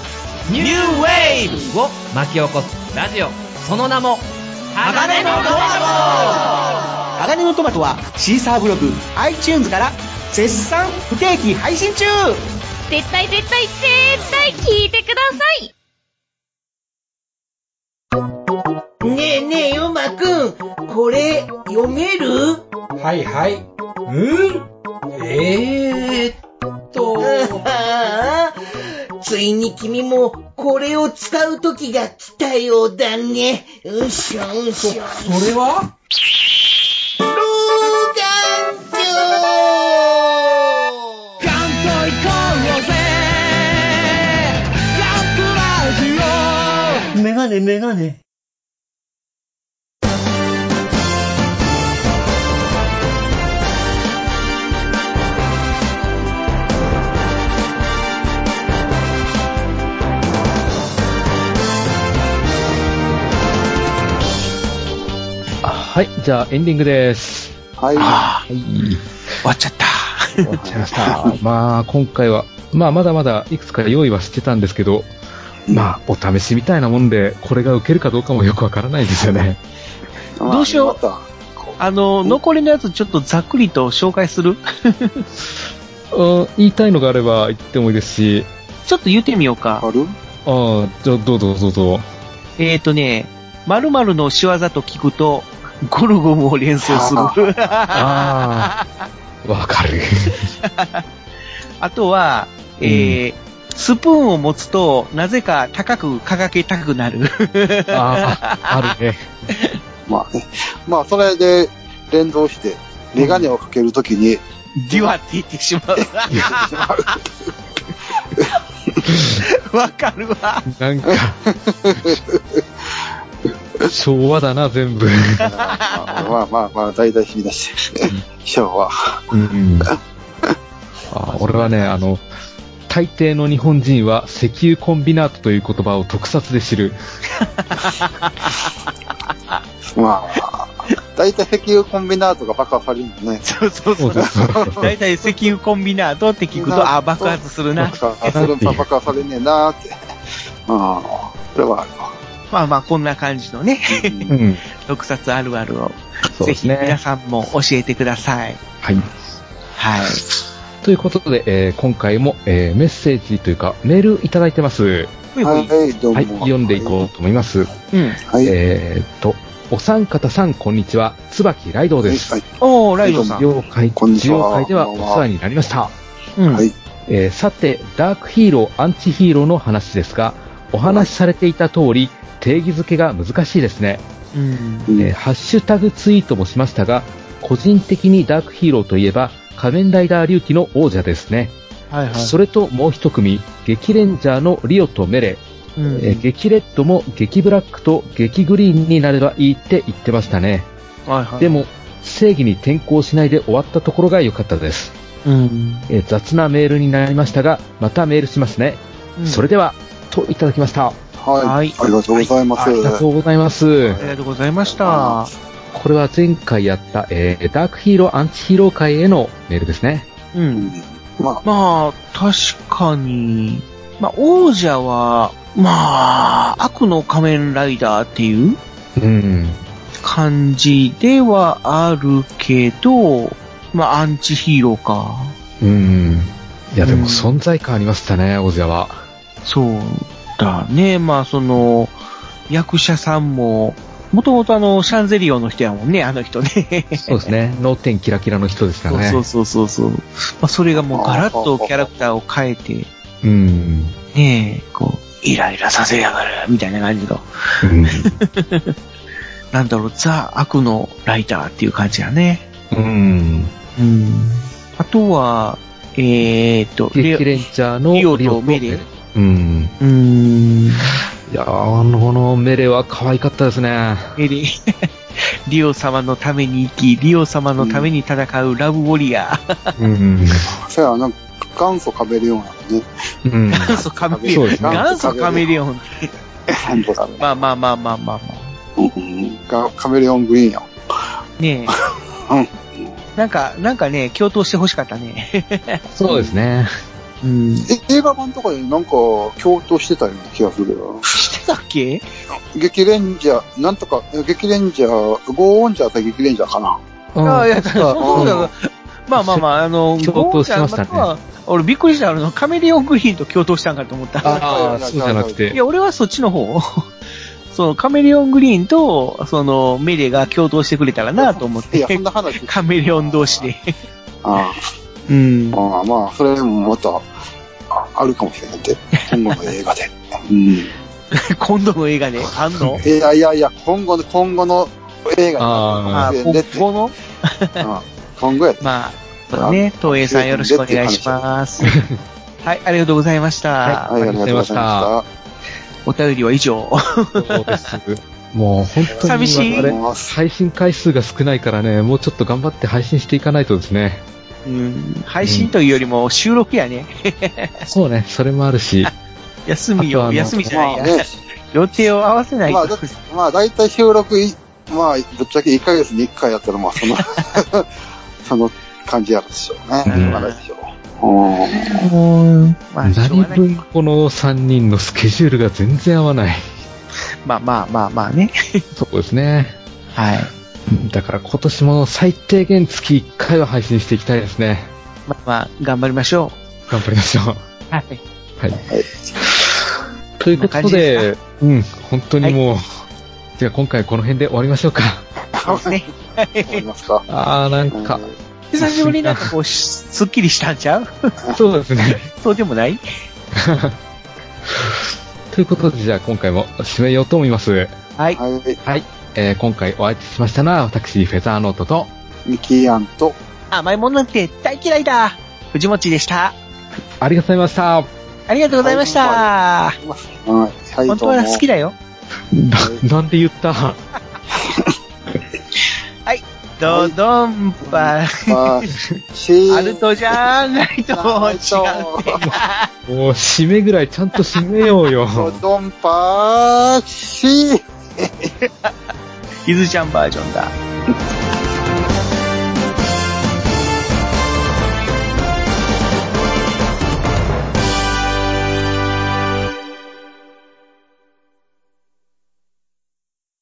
S9: ニューウェーブを巻き起こすラジオその名も
S3: 鋼のトマ
S1: ト鋼のトマトはシーサーブログ iTunes から絶賛不定期配信中
S8: 絶対絶対絶対聞いてください
S10: ねえねえ、ヨマくん、これ、読める
S11: はいはい。
S10: うん
S11: ええー、と。
S10: ついに君も、これを使う時が来たようだね。うしょうしょ。
S11: そ、それは
S10: 老眼鏡
S3: ガンと行こうぜラップラジ
S10: オメガネメガネ。
S4: はい、じゃあエンディングです。
S2: はい。
S5: はい、終わっちゃった。
S4: 終わっちゃいました。 まあ、今回は、まあ、まだまだいくつか用意はしてたんですけど、まあ、お試しみたいなもんで、これが受けるかどうかもよくわからないんですよね。
S5: どうしよう。あの、残りのやつちょっとざっくりと紹介する
S4: うん、言いたいのがあれば言ってもいいですし。
S5: ちょっと言ってみようか。
S2: ある
S4: ああ、じゃあどうぞどうぞ。
S5: えっ、ー、とね、〇〇の仕業と聞くと、ゴルゴムを連想する。
S4: ああ、わかる。
S5: あとは、えー、うん、スプーンを持つと、なぜか高く、掲げ高くな る。
S4: ああ、あるね。
S2: まあね。まあ、それで連動して、メガネをかけるとき に、
S5: デュアって言ってし まう。わかるわ。
S4: なんか。昭和だな、全部。
S2: まあまあまあ、大体響き出して。昭 和。
S4: うん、あ俺はね、あの、大抵の日本人は石油コンビナートという言葉を特撮で知る。
S2: まあ、大体石油コンビナートが爆破されるんだね。
S5: そうそうそう。大体石油コンビナートって聞くと、あ、爆発するな。
S2: 爆 発する爆破されねえなーって。うん。それはあるわ。
S5: まあまあ、こんな感じのね、うん、特撮あるあるを、ね、ぜひ皆さんも教えてください。
S4: はい。
S5: はい。
S4: ということで、えー、今回も、えー、メッセージというか、メールいただいてます。
S2: はい、はいどうも。はい、
S4: 読んでいこうと思います。
S5: うん。
S2: はい、
S4: えー、と、お三方さん、こんにちは。椿ライドウです。はい、
S5: おー、ライドさん。
S4: 業界、業界ではお世話になりました。
S5: うん。はい、
S4: えー、さて、ダークヒーロー、アンチヒーローの話ですが、お話しされていた通り、定義づけが難しいですね、
S5: うん
S4: えー、ハッシュタグツイートもしましたが個人的にダークヒーローといえば仮面ライダー龍騎の王者ですね、
S5: はいはい、
S4: それともう一組激レンジャーのリオとメレ、うん、えー、激レッドも激ブラックと激グリーンになればいいって言ってましたね、
S5: はいはい、
S4: でも正義に転向しないで終わったところが良かったです、
S5: うん
S4: えー、雑なメールになりましたがまたメールしますね、うん、それではといただきました、
S2: はい、はい。ありがとうございます、はい
S4: ありがとうございます。
S5: ありがとうございました。
S4: これは前回やった、えー、ダークヒーロー、アンチヒーロー界へのメールですね。
S5: うん。
S2: まあ、
S5: まあ、確かに、まあ、王者は、まあ、悪の仮面ライダーっていう、
S4: うん。
S5: 感じではあるけど、まあ、アンチヒーローか。
S4: うん。いや、でも存在感ありましたね、王者は。
S5: そう。だね。まあ、その、役者さんも、もともとあの、シャンゼリオの人やもんね、あの人ね。
S4: そうですね。脳天キラキラの人でしたね。
S5: そうそうそうそう。まあ、それがもうガラッとキャラクターを変えて、
S4: うん。
S5: ねえ、こう、イライラさせやがる、みたいな感じの。うん、なんだろう、ザ・悪のライターっていう感じやね。
S4: うん。
S5: うん。あとは、えー、っと、
S4: レレンジャーの
S5: リオとメレ。
S4: うん。
S5: うん。い
S4: やあのメレは可愛かったですね。
S5: メレ。 リオ様のために生き、リオ様のために戦うラブウォリア
S4: ー。うん。
S2: そや、なんか、元祖カメレオンや ね。
S4: うん。
S5: 元祖カメレオン。元祖カメレオン。
S2: 本当だね。
S5: まあまあまあまあまあまあ。
S2: カメレオングリーンや。
S5: ねえ。なんか、なんかね、共闘してほしかったね。
S4: そうですね。
S5: うん。
S2: え映画版とかでなんか共闘してたような気がするけどな。
S5: してたっけ
S2: 激レンジャー、なんとか、え激レンジャー、ゴーオンジャー対激レンジャーかな。
S5: ああ、いや、そうだ。まあまあまあ、あの、
S4: 共闘しましたね
S5: ゴーちゃんは俺びっくりした。あの、カメレオングリーンと共闘したんかと思った。
S4: ああ、そうじゃなく
S5: い
S4: て。
S5: や、俺はそっちの方。そのカメレオングリーンと、その、メレが共闘してくれたらなと思っ
S2: い
S5: て
S2: や、、そんな話。
S5: カメレオン同士で。
S2: あ
S5: うん
S2: あ、。ああまあ、それでもまた、ああるかもしれないって。今後の映画で。うん。
S5: 今度の映画で、あんの
S2: いやいやいや、今後の、今後の映画
S4: あ
S5: あ
S2: で、
S5: ー、今後の
S2: うん今後やで。
S5: まあ、そうね、東映さんよろしくお願いします。 はい、ありがとうございました。
S2: はい、ありがとうございま
S5: お便りは以上。
S4: そうです。もう本当に、
S5: 寂しい
S4: あ
S2: した。
S4: れ、
S2: もう
S4: 配信回数が少ないからね、もうちょっと頑張って配信していかないとですね。
S5: うん、配信というよりも収録やね。
S4: そうね、それもあるし。
S5: 休み
S4: あとあ
S5: を、
S4: の
S5: 休みじゃない
S2: ま
S5: や
S2: あ。ね
S5: 予定を合わせないと。
S2: まあ、だってまあ、大体収録い、まあ、ぶっちゃけ1ヶ月に1回やったら、まあ、そ の、その感じやるでしょうね。
S4: うん
S2: しょうがないでしょう。うん。
S5: うんまあ、しょう
S4: 何
S5: がない
S4: 分この3人のスケジュールが全然合わない。
S5: まあまあまあまあね。
S4: そうですね。
S5: はい。
S4: だから今年も最低限月1回は配信していきたいですね。
S5: まあまあ、頑張りましょ
S4: 頑張りましょう。
S5: う。はい。
S4: はい。ということで、うん、本当にもう、じゃあ今回この辺で終わりましょうか。
S5: そうですね。
S2: 思いますか。
S4: あー、なんか、
S5: 久しぶりになんかこう、しすっきりしたんちゃう
S4: そうですね。
S5: そうでもない
S4: ということで、じゃあ今回も締めようと思います。
S5: はい。
S2: うんはい。
S4: はい。えー、今回お相手しましたのは、私、フェザーノートと、
S2: ミキアンと、
S5: 甘いもんなんて大嫌いだ藤持でした。
S4: ありがとうございました。
S5: ありがとうございました。
S2: はい。はい、
S5: 本当は好き
S2: だ。
S5: だよ。
S4: な、なんで言った
S5: ドドンパ、
S2: まあ、し
S5: アルトじゃないと違うね。
S4: もう、締めぐらいちゃんと締めよう よ。
S2: ドンパーシー
S5: ゆずちゃんバージョンだ。